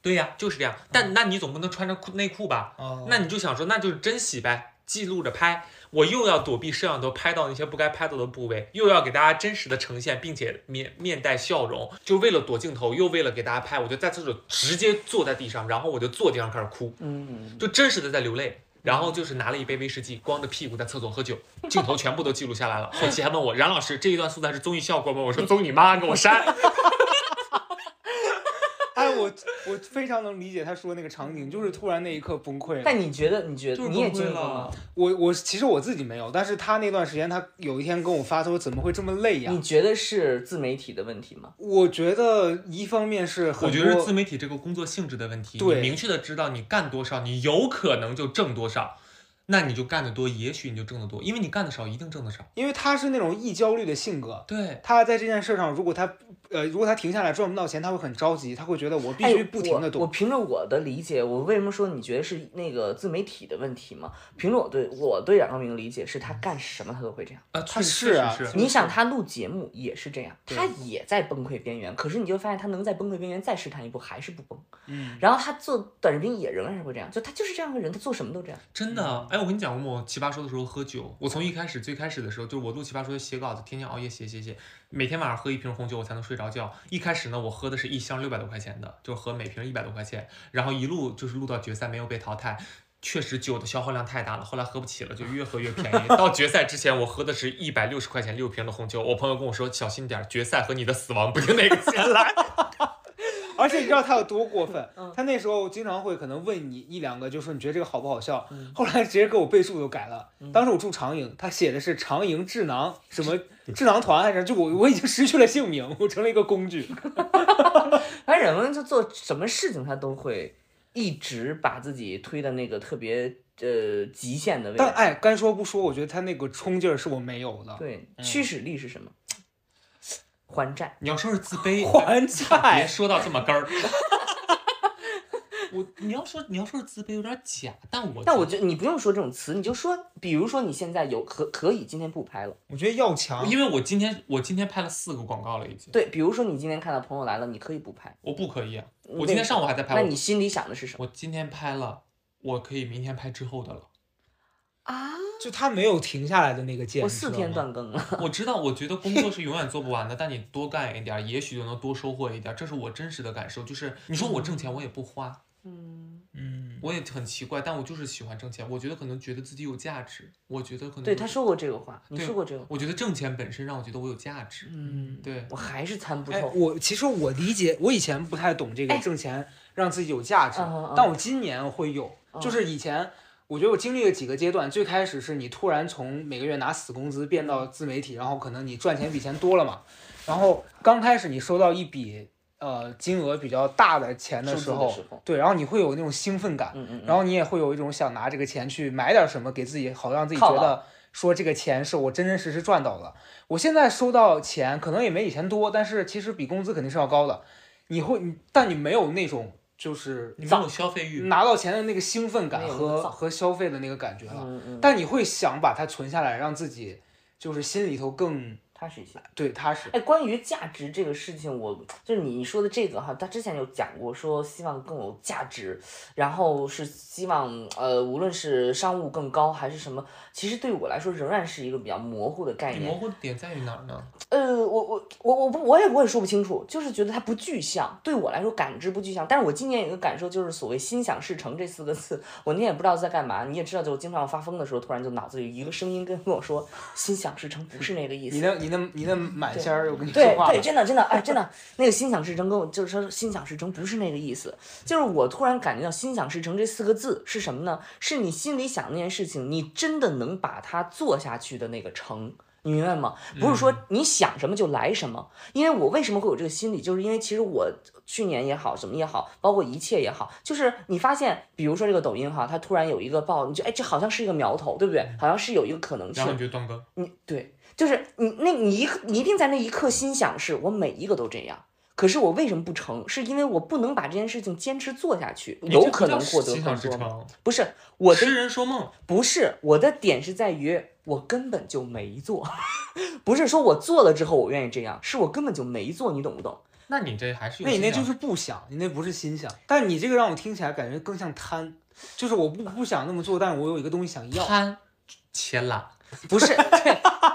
对呀、就是这样。但那你总不能穿着裤内裤吧？哦那你就想说，那就是真洗呗，记录着拍。我又要躲避摄像头拍到那些不该拍到的部位，又要给大家真实的呈现，并且面面带笑容，就为了躲镜头，又为了给大家拍，我就在厕所直接坐在地上，然后我就坐地上开始哭，嗯，就真实的在流泪。然后就是拿了一杯威士忌，光着屁股在厕所喝酒，镜头全部都记录下来了。后期还问我冉老师这一段素材是综艺效果吗？我说综艺妈，给我删。哎，我我非常能理解他说的那个场景，就是突然那一刻崩溃了。但你觉得？你觉就得是你也崩溃经历过了吗？我我其实我自己没有，但是他那段时间，他有一天跟我发，他说怎么会这么累呀嗯你？觉得是自媒体的问题吗？我觉得一方面是很我觉得是多自媒体这个工作性质的问题。对你明确的知道你干多少，你有可能就挣多少，那你就干得多，也许你就挣得多，因为你干得少，一定挣得少。因为他是那种易焦虑的性格，对，他在这件事上，如果他呃如果他停下来赚不到钱，他会很着急，他会觉得我必哎须不停的我我动。凭着我的理解，我为什么说你觉得是那个自媒体的问题吗？凭着我对我对冉高明的理解，是他干什么他都会这样。啊，他确是确啊实是你想他录节目也是这样，他也在崩溃边缘，可是你就发现他能在崩溃边缘再试探一步，还是不崩。嗯，然后他做短视频也仍然是会这样，就他就是这样的人，他做什么都这样。真的。哎，我跟你讲，我奇葩说的时候喝酒，我从一开始最开始的时候，就是我录奇葩说写稿子，天天熬夜写写写，每天晚上喝一瓶红酒，我才能睡着。调教。一开始呢，我喝的是一箱六百多块钱的，就是喝每瓶一百多块钱，然后一路就是录到决赛没有被淘汰。确实酒的消耗量太大了，后来喝不起了，就越喝越便宜。到决赛之前，我喝的是一百六十块钱六瓶的红酒。我朋友跟我说，小心点儿，决赛和你的死亡不定哪个先来。而且你知道他有多过分？嗯 [laughs] 他那时候经常会可能问你一两个，就说你觉得这个好不好笑？嗯 [laughs] 后来直接给我备注都改了。当时我住长营，他写的是长营智囊什么智囊团还是就我我已经失去了姓名，我成了一个工具。反正人们就做什么事情，他都会一直把自己推的那个特别呃极限的位但置。哎，该说不说，我觉得他那个冲劲儿是我没有的。对，驱使力是什么？还债。你要说是自 [laughs] 卑，还别债，说到这么根儿。我你要说你要说是自卑有点假，但我但我觉得你不用说这种词，你就说，比如说你现在有可可以今天不拍了，我觉得要强。因为我今天我今天拍了四个广告了已经，对，比如说你今天看到朋友来了，你可以不拍。我不可以啊！你我今天上午还在嗯拍，那我你心里想的是什么我今天拍了，我可以明天拍之后的了。啊？就他没有停下来的那个键，我你知四道天吗断更了，我知道，我觉得工作是永远做不完的，但你多干一点儿，也许就能多收获一点儿，这是我真实的感受。就是你说我挣钱，我也不花，嗯，嗯，我也很奇怪，但我就是喜欢挣钱。我觉得可能觉得自己有价值，我觉得可能对，他，说过这个话，你对说过这个话，我觉得挣钱本身让我觉得我有价值。嗯，对，我还是参不哎，透。我其实我理解，我以前不太懂这个哎挣钱让自己有价值，嗯嗯嗯嗯但我今年会有，就是以前。我觉得我经历了几个阶段，最开始是你突然从每个月拿死工资变到自媒体，然后可能你赚钱比以前多了嘛，然后刚开始你收到一笔呃金额比较大的钱的时数字候，的时候对，然后你会有那种兴奋感，嗯嗯嗯然后你也会有一种想拿这个钱去买点什么，给自己好让自己犒觉劳得说这个钱是我真真实实赚到了。我现在收到钱可能也没以前多，但是其实比工资肯定是要高的。你会，你但你没有那种就是你没有消费嗯欲，拿到钱的那个兴奋感没有那和个燥和消费的那个感觉了，嗯嗯，但你会想把它存下来，让自己就是心里头更踏实一些。对踏实。哎，关于价值这个事情，我就是你说的这个哈，他之前有讲过，说希望更有价值，然后是希望呃，无论是商务更高还是什么，其实对我来说仍然是一个比较模糊的概你模念。糊的点在于哪儿呢？呃，我我我我不我也我也说不清楚，就是觉得它不具象，对我来说感知不具象。但是我今年有一个感受，就是所谓心想事成这四个字，我那天也不知道在干嘛。你也知道，就我经常发疯的时候，突然就脑子里一个声音跟我说，心想事成不是那个意思。你那、你那、你那满仙儿，我跟你说对话对，了。真的真的，哎，真的，那个心想事成跟我就是说心想事成不是那个意思，就是我突然感觉到心想事成这四个字是什么呢？是你心里想那件事情，你真的能把它做下去的那个成。你明白吗？不是嗯说你想什么就来什么，因为我为什么会有这个心理，就是因为其实我去年也好，什么也好，包括一切也好，就是你发现，比如说这个抖音哈，它突然有一个爆，你就哎，这好像是一个苗头，对不对？好像是有一个可能性。然后你就断更。你对，就是你那你一刻你一定在那一刻心想是我每一个都这样，可是我为什么不成？是因为我不能把这件事情坚持做下去，你哎这有不可叫能获得心想更事多吗。成，不是我的痴人说梦。不是我的点是在于我根本就没做， [laughs] 不是说我做了之后我愿意这样，是我根本就没做，你懂不懂？那你这还是有那你那心想就是不想，你那不是心想。但你这个让我听起来感觉更像贪，就是我不不想那么做，但是我有一个东西想要。贪、钱懒。不是，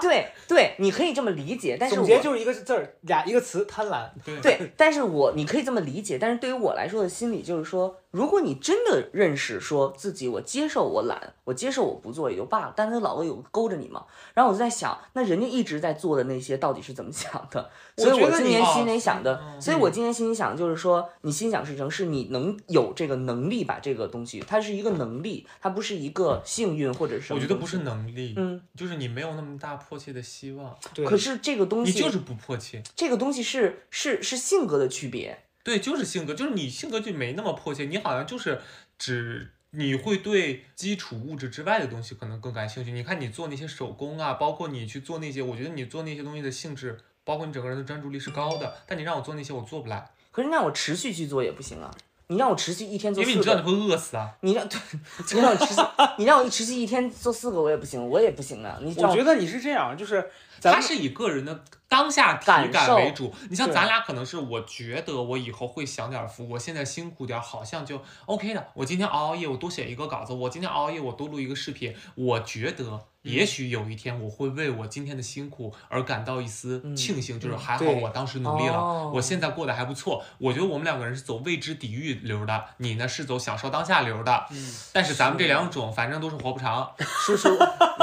对对对，你可以这么理解，但是总我结就是一个字儿，俩一个词，贪婪。 [laughs] 对，对，但是我你可以这么理解，但是对于我来说的心理就是说，如果你真的认识说自己我接受我懒，我接受我不做也就罢了，但是老会有勾着你嘛。然后我就在想，那人家一直在做的那些到底是怎么想的？所以我觉我得今你年哦心里想的，嗯所以我今年心里想的就是说，你心想事成是你能有这个能力把这个东西，它是一个能力，它不是一个幸运或者是什我么觉得不东西是。能力，嗯，就是你没有那么大迫切的希望，对，可是这个东你西，就是不迫切。这个东西是是是性格的区别，对，就是性格，就是你性格就没那么迫切，你好像就是只。你会对基础物质之外的东西可能更感兴趣。你看，你做那些手工啊，包括你去做那些，我觉得你做那些东西的性质，包括你整个人的专注力是高的。但你让我做那些，我做不来，可是让我持续去做也不行啊！你让我持续一天做因为四你知道你个，会饿死啊。你让 [laughs] 你让我持续， [laughs] 你让我一持续一天做四个，我也不行，我也不行啊！你知道我觉得你是这样，就是咱它们是以个人的当下体感感受为主。你像对咱俩可能是，我觉得我以后会享点福，我现在辛苦点儿，好像就 OK 的。我今天熬熬夜，我多写一个稿子；我今天熬熬夜，我多录一个视频。我觉得也许有一天我会为我今天的辛苦而感到一丝庆幸，就是还好对我当时努力了，哦我现在过得还不错。我觉得我们两个人是走未知抵御流的，你呢是走享受当下流的。嗯，但是咱们这两种反正都是活不 [laughs] 长，叔叔，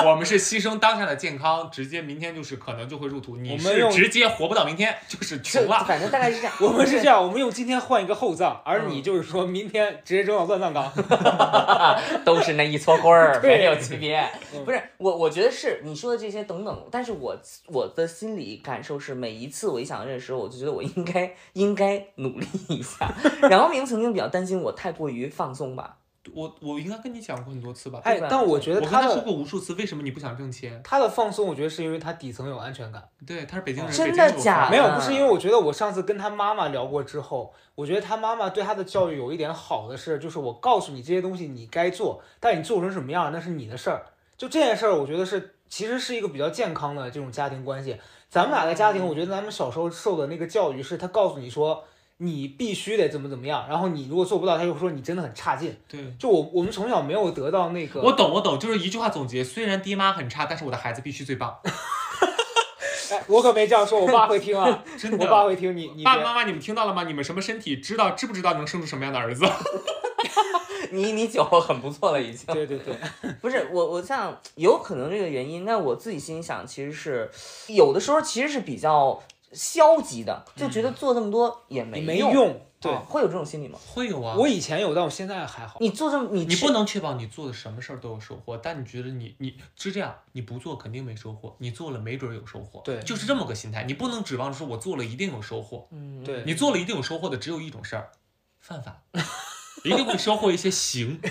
我们是牺牲当下的健康，直接明天就是可能就会入土，你我们是用直接活不到明天，就是穷了。反正大概啊 [laughs] 是这样。我们是这样，我们用今天换一个厚葬，而你就是说明天直接扔到乱葬岗。都是那一撮灰儿，对没有区别。 [laughs] 不是我，我觉得是你说的这些等等，但是我我的心理感受是，每一次我一想到这个时候，我就觉得我应该应该努力一下。 [laughs] 冉高明曾经比较担心我太过于放松吧，我我应该跟你讲过很多次吧？哎，但我觉得我跟他他说的过无数次，为什么你不想挣钱？他的放松，我觉得是因为他底层有安全感。对，他是北京人，真北京的这么假的发没有，不是因为我觉得我上次跟他妈妈聊过之后，我觉得他妈妈对他的教育有一点好的是，就是我告诉你这些东西你该做，但你做成什么样那是你的事儿。就这件事儿，我觉得是其实是一个比较健康的这种家庭关系。咱们俩的家庭，嗯我觉得咱们小时候受的那个教育是，他告诉你说你必须得怎么怎么样，然后你如果做不到，他就说你真的很差劲。对。就我我们从小没有得到那 [laughs] 个，我懂，我懂，就是一句话总结：虽然爹妈很差，但是我的孩子必须最 [laughs] 棒。哎我可没这样说，我爸会听 [laughs] 啊，真我的，爸会听你，你爸别爸妈妈，你们听到了吗？你们什么身体，知道知不知道能生出什么样的儿子？你你酒很不错了已经。对对对，不是我，我想有可能这个原因。那我自己心里想，其实是有的时候其实是比较消极的，就觉得做这么多也没你嗯没用。用，对。啊会有这种心理吗？会 [laughs] 有啊，我以前有，但我现在还好。你做这么你你吃不能确保你做的什么事儿都有收获，但你觉得你你是这样，你不做肯定没收获，你做了没准儿有收获，对就是这么个心态。你不能指望说我做了一定有收获，嗯对你做了一定有收获的只有一种事儿，犯法， [laughs] 一定会收获一些 [laughs] 刑，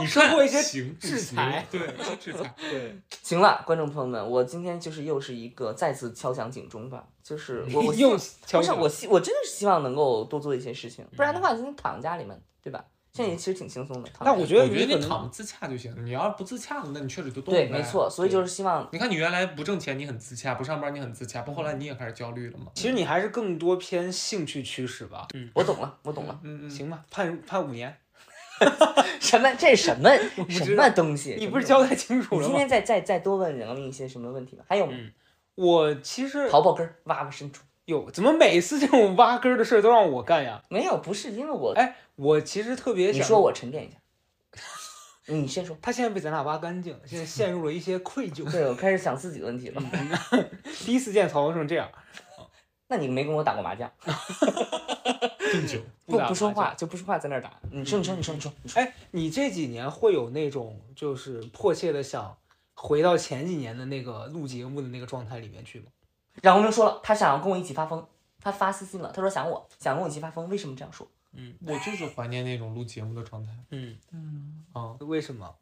你收获一些刑制裁，不行对一些制裁。对，行了，观众朋友们，我今天就是又是一个再次敲响警钟吧，就是我 [laughs] 我又不不是我希我真的是希望能够多做一些事情，不然的话今天躺家里面，对吧？现在也其实挺轻松的。嗯躺那家我里觉得我觉得可你能躺着自洽就行，你要是不自洽了，那你确实就动对，不没了呀错，。所以就是希望你看你原来不挣钱，你很自洽；不上班，你很自洽；不后嗯来你也开始焦虑了嘛？其实你还是更多偏兴趣驱使吧。我懂了，我懂了， [laughs] 嗯嗯，行吧，判判五年，什么这是 [laughs] 什么什知道么东西？你不是什么东西交代清楚你了今吗？天再再再多问人们一些什么问题吗？还有吗嗯我其实刨刨根儿，挖挖深处。有，怎么每次这种挖根儿的事儿都让我干呀？没有，不是因为我，哎，我其实特别你想说我沉淀一下，你先说。他现在被咱俩挖干净，现在陷入了一些愧 [laughs] 疚。对，我开始想自己的问题了。嗯第一次见曹文胜这样， [laughs] 那你没跟我打过麻将？更久。不打不说麻将话就不说话，在那儿打。你说，你说，你说，你说，你说。哎，你这几年会有那种就是迫切的想回到前几年的那个录节目的那个状态里面去吗？冉红明说了，他想要跟我一起发疯，他发私信了，他说想我，想跟我一起发疯，为什么这样说？ [laughs] 我就是怀念那种录节目的状态。嗯，啊、为什么？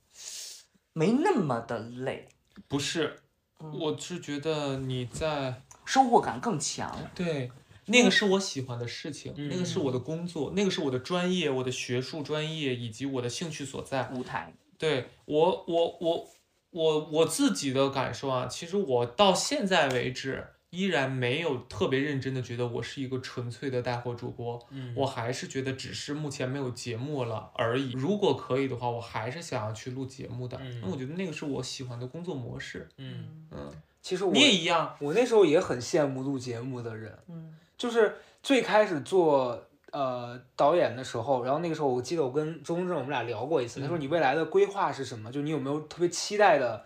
没那么的累，不是，嗯我是觉得你在收获感更强。对那个是我喜欢的事情，嗯那个是我的工作，那个是我的专业，我的学术专业以及我的兴趣所在。舞台，对我，我，我，我我自己的感受啊，其实我到现在为止。依然没有特别认真的觉得我是一个纯粹的带货主播，嗯我还是觉得只是目前没有节目了而已。如果可以的话，我还是想要去录节目的。嗯那我觉得那个是我喜欢的工作模式。嗯，嗯，其实我你也一样，我那时候也很羡慕录节目的人，嗯，就是最开始做呃导演的时候，然后那个时候我记得我跟周公正我们俩聊过一次，嗯他说你未来的规划是什么？就你有没有特别期待的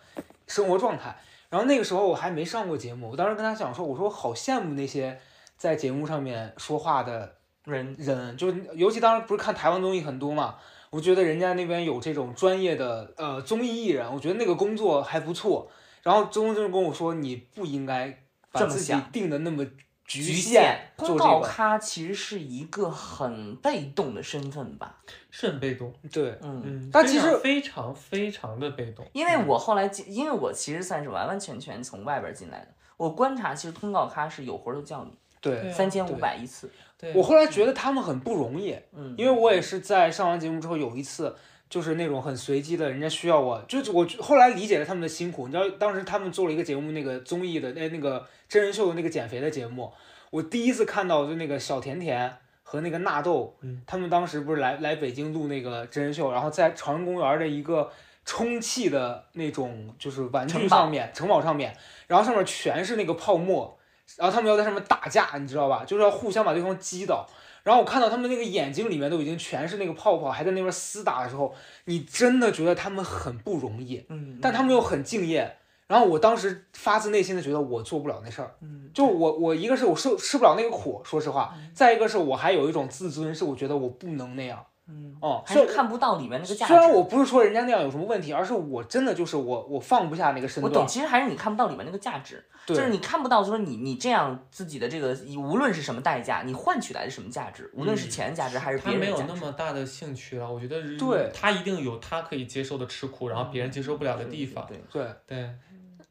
生活状态？然后那个时候我还没上过节目，我当时跟他讲说，我说我好羡慕那些在节目上面说话的人人，就是尤其当时不是看台湾综艺很多嘛，我觉得人家那边有这种专业的呃综艺艺人，我觉得那个工作还不错。然后周公正跟我说，你不应该把这么自己想定的那么局局限限，做公这告个。咖其实是一个很被动的身份吧。是很被动。对，嗯，嗯，但非其常实非常非常的被动，因为我后来进，因为我其实算是完完全全从外边进来的。我观察，其实通告咖是有活儿就叫你，对三千五百一次。对我后来觉得他们很不容易，嗯，因为我也是在上完节目之后有一次就是那种很随机的，人家需要我，就是我后来理解了他们的辛苦。你知道，当时他们做了一个节目，那个综艺的哎那那个真人秀的那个减肥的节目，我第一次看到就那个小甜甜和那个纳豆，嗯他们当时不是来来北京录那个真人秀，然后在朝阳公园的一个充气的那种就是玩具城堡上面，城堡上面，然后上面全是那个泡沫，然后他们要在上面打架，你知道吧？就是要互相把对方击倒。然后我看到他们那个眼睛里面都已经全是那个泡泡，还在那边厮打的时候，你真的觉得他们很不容易，嗯，但他们又很敬业。然后我当时发自内心的觉得我做不了那事儿，嗯，就我我一个是我受吃不了那个苦，说实话，再一个是我还有一种自尊，是我觉得我不能那样，嗯，哦，还虽是然看不到里面那个价值。虽然我不是说人家那样有什么问题，而是我真的就是我我放不下那个身我段，懂，其实还是你看不到里面那个价值，对就是你看不到说你你这样自己的这个，无论是什么代价，你换取来的什么价值，无论是钱价值还是他别人没的有价那值。么大的兴趣了，我觉得是对他一定有他可以接受的吃苦，然后别人接受不了的地方。对，对对，对，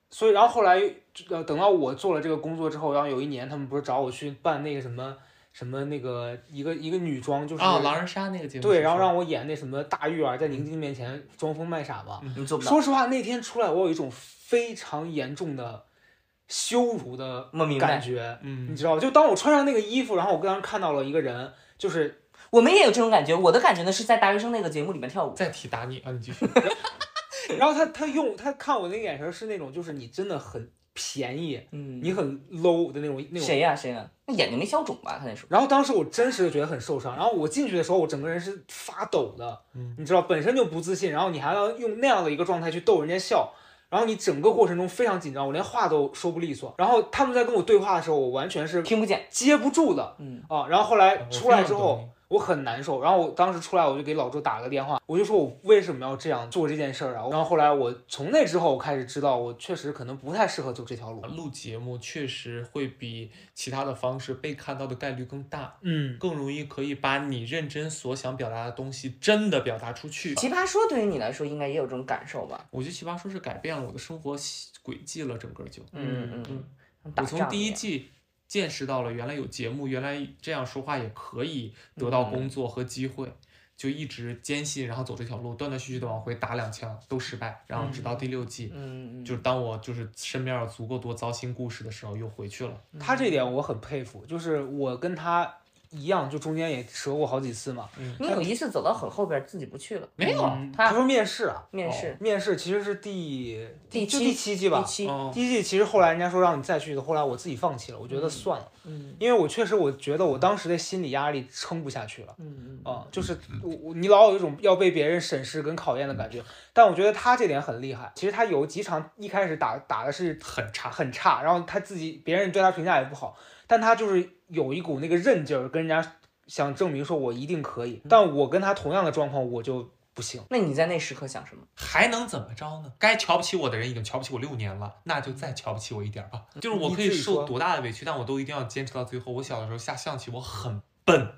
所以然后后来呃等到我做了这个工作之后，然后有一年他们不是找我去办那个什么什么那个一个一个女装，就是、啊，狼人杀那个节目对，然后是不是让我演那什么大玉儿在宁静面前装疯卖傻嘛。你做不到。说实话，那天出来我有一种非常严重的羞辱的我明感白，觉，你嗯，知道吧？就当我穿上那个衣服，然后我刚刚看到了一个人，就是我们也有这种感觉。我的感觉呢是在大学生那个节目里面跳舞，再提打你啊，你继续。然后他他用他看我那个眼神是那种就是你真的很便宜，嗯，你很 low 的那种那种谁呀、谁呀、那眼睛没消肿吧？他那时候然后当时我真实的觉得很受伤，然后我进去的时候，我整个人是发抖的，嗯你知道，本身就不自信，然后你还要用那样的一个状态去逗人家笑，然后你整个过程中非常紧张，我连话都说不利索。然后他们在跟我对话的时候，我完全是听不见。接不住的嗯，啊。然后后来我出来非常之后懂，我很难受，然后我当时出来我就给老周打了个电话，我就说我为什么要这样做这件事儿啊？然后后来我从那之后，我开始知道我确实可能不太适合走这条路。录节目确实会比其他的方式被看到的概率更大，嗯，更容易可以把你认真所想表达的东西真的表达出去。奇葩说对于你来说应该也有这种感受吧？我觉得奇葩说是改变了我的生活习轨迹了，整个就。嗯嗯嗯。打我从仗第一也季见识到了，原来有节目，原来这样说话也可以得到嗯工作和机会，就一直坚信，然后走这条路，断断续续的往回打两枪，都失败，然后直到第六季，嗯嗯就是当我就是身边有足够多糟心故事的时候，又回去了。他嗯这点我很佩服，就是我跟他一样，就中间也折过好几次嘛。你有一次走到很后边，自己不去了。没有哦啊，嗯他他说面试啊，面试面试其实是第第就七第七季吧。第七，哦，第一季其实后来人家说让你再去的，后来我自己放弃了，我觉得算了，嗯因为我确实我觉得我当时的心理压力撑不下去了。嗯嗯，啊、哦就是我我你老有一种要被别人审视跟考验的感嗯觉，但我觉得他这点很厉害。其实他有几场一开始打打的是很差，很差，然后他自己别人对他评价也不好，但他就是有一股那个韧劲儿，跟人家想证明说我一定可嗯以。但我跟他同样的状况，我就不行。那你在那时刻想什么？还能怎么着呢？该瞧不起我的人已经瞧不起我六年了，那就再瞧不起我一点儿嗯吧。就是我可以你自己说受多大的委屈，但我都一定要坚持到最后。我小的时候下象棋，我很笨。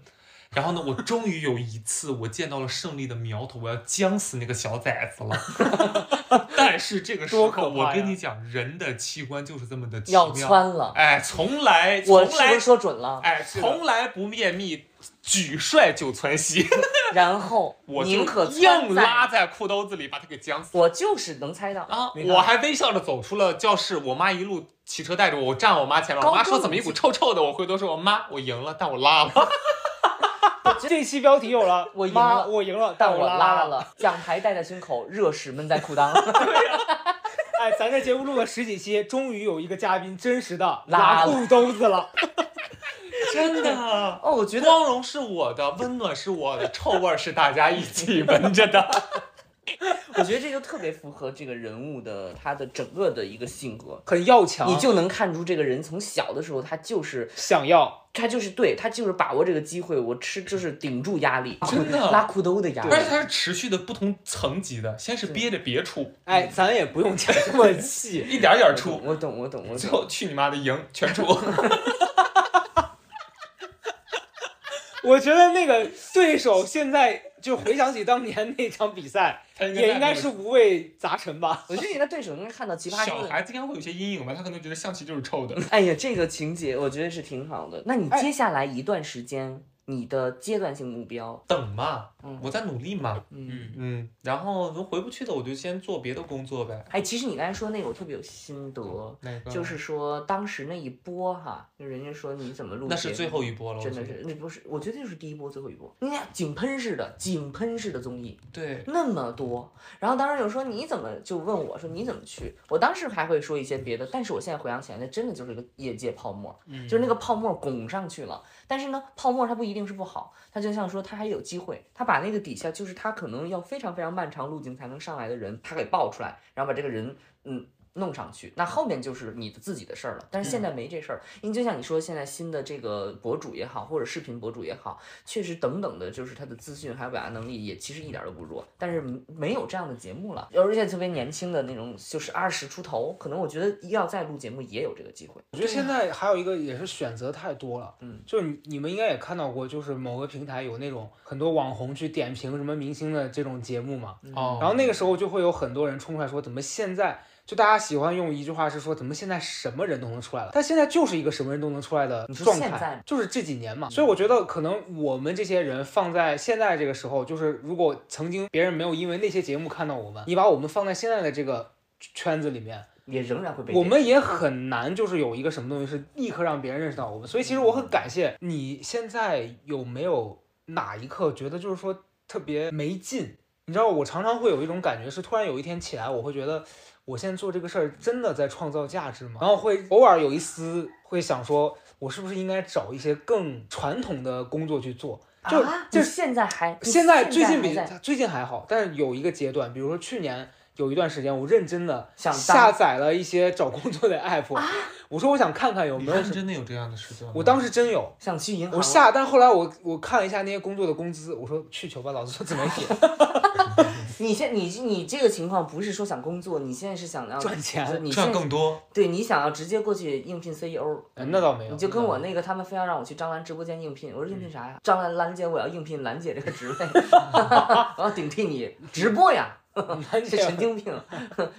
然后呢，我终于有一次，我见到了胜利的苗头，我要将死那个小崽子了。 [laughs] 但是这个时多可候，怕呀我跟你讲，人的器官就是这么的奇要妙。穿了，哎，从来，从我是不来是，说准 [laughs] 了？哎，从来不面密，举帅就窜稀。 [laughs] 然后我就宁可硬穿在拉，在裤兜子里，把他给将死。我就是能猜到。啊！没看我还微笑着走出了教室，我妈一路骑车带着我，我站我妈前面，我妈高说中怎么一股臭臭的，我回头说我妈我赢了，但我拉了。这期标题有了，我赢妈了我赢了，但我我拉拉。了，奖牌戴在胸口，热屎闷在裤 [laughs] 裆，哎，咱这节目录了十几期，终于有一个嘉宾真实的拉了裤兜子了。真 [laughs] 的，哦，我觉得光荣是我的，温暖是我的，臭味儿是大家一起闻着的。我觉得这就特别符合这个人物的他的整个的一个性格，很要强，你就能看出这个人从小的时候他就是想要他就是对他就是把握这个机会，我吃就是顶住压力，真的拉裤兜的压力而。且它是持续的不同层级的，先是憋着别出，哎，咱也不用讲这么细。一点儿点儿我懂出，我懂，我懂，我最懂。后去你妈的赢全出。我觉得那个对手现在就回想起当年那场比赛，他也应该是五味杂陈吧。我觉得你的对手应该看到奇葩小说的。孩子应该会有些阴影吧，他可能觉得象棋就是臭的。哎呀，这个情节我觉哎得是挺好的。那你接下来一段时间，你的阶段性目标，等嘛，嗯我在努力嘛，嗯。嗯，然后如果回不去的，我就先做别的工作呗。哎，其实你刚才说那个，我特别有心得，哪个？就是说当时那一波哈，就人家说你怎么录节目，那是最后一波了，我真觉的得是那不是，我觉得就是第一波最后一波，你看井喷式的井喷式的综艺对，那么多，然后当时有说你怎么就问我说你怎么去，我当时还会说一些别的，但是我现在回想起来，那真的就是一个业界泡沫，嗯就是那个泡沫拱上去了，但是呢，泡沫它不一定是不好，它就像说它还有机会，它把那个底下就是它可能要非常非常漫长路径才能上来的人，它给爆出来，然后把这个人嗯。弄上去，那后面就是你的自己的事儿了。但是现在没这事儿，因为就像你说，现在新的这个博主也好，或者视频博主也好，确实等等的，就是他的资讯还有表达能力也其实一点儿都不弱，但是没有这样的节目了，而且特别年轻的那种，就是二十出头，可能我觉得要再录节目也有这个机会。我觉得现在还有一个也是选择太多了，嗯，就是你你们应该也看到过，就是某个平台有那种很多网红去点评什么明星的这种节目嘛，嗯哦，然后那个时候就会有很多人冲出来说，怎么现在就大家喜欢用一句话是说，怎么现在什么人都能出来了？但现在就是一个什么人都能出来的你说状现在嗯态吗，就是这几年嘛。所以我觉得可能我们这些人放在现在这个时候，就是如果曾经别人没有因为那些节目看到我们，你把我们放在现在的这个圈子里面，也仍然会被我点们也很难，就是有一个什么东西是立刻让别人认识到我们。所以其嗯实我很感谢你现在有没有哪一刻觉得就是说特别没劲？你知道我常常会有一种感觉是，突然有一天起来，我会觉得我现在做这个事儿真的在创造价值吗？然后会偶尔有一丝会想说，我是不是应该找一些更传统的工作去做？就啊，就你现在还你现在最近还比在最近还好，但是有一个阶段，比如说去年有一段时间，我认真的想当下啊载了一些找工作 [laughs] 的 app，、我说我想看看有你没有认什么，真的有这样的时段吗？我当时真有。想去银行，我下，但后来我我看了一下那些工作的工资，我说去球吧，老子做自媒体 [laughs] 你现你你这个情况不是说想工作，你现在是想要赚钱，你现赚在更多，对你想要直接过去应聘 CEO，嗯那倒没有你就跟我那个他们非要让我去张兰直播间应聘，我说嗯应聘啥呀？张兰兰姐，我要应聘兰姐这 [laughs] 个职位，我要顶替你直播呀，是神 [laughs] 经病。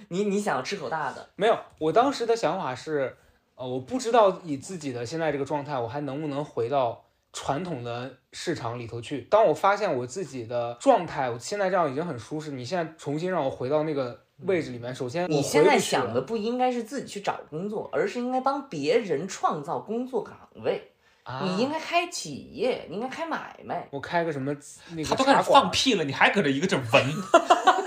你你想要吃口大的，没有。我当时的想法是，呃，我不知道以自己的现在这个状态，我还能不能回到传统的市场里头去。当我发现我自己的状态，我现在这样已经很舒适，你现在重新让我回到那个位置里面，首先我你回现在不去想了的不应该是自己去找工作，而是应该帮别人创造工作岗位。啊你应该开企业，你应该开买卖。我开个什么那个他都开茶始馆啊放屁了，你还搁这一个劲儿闻，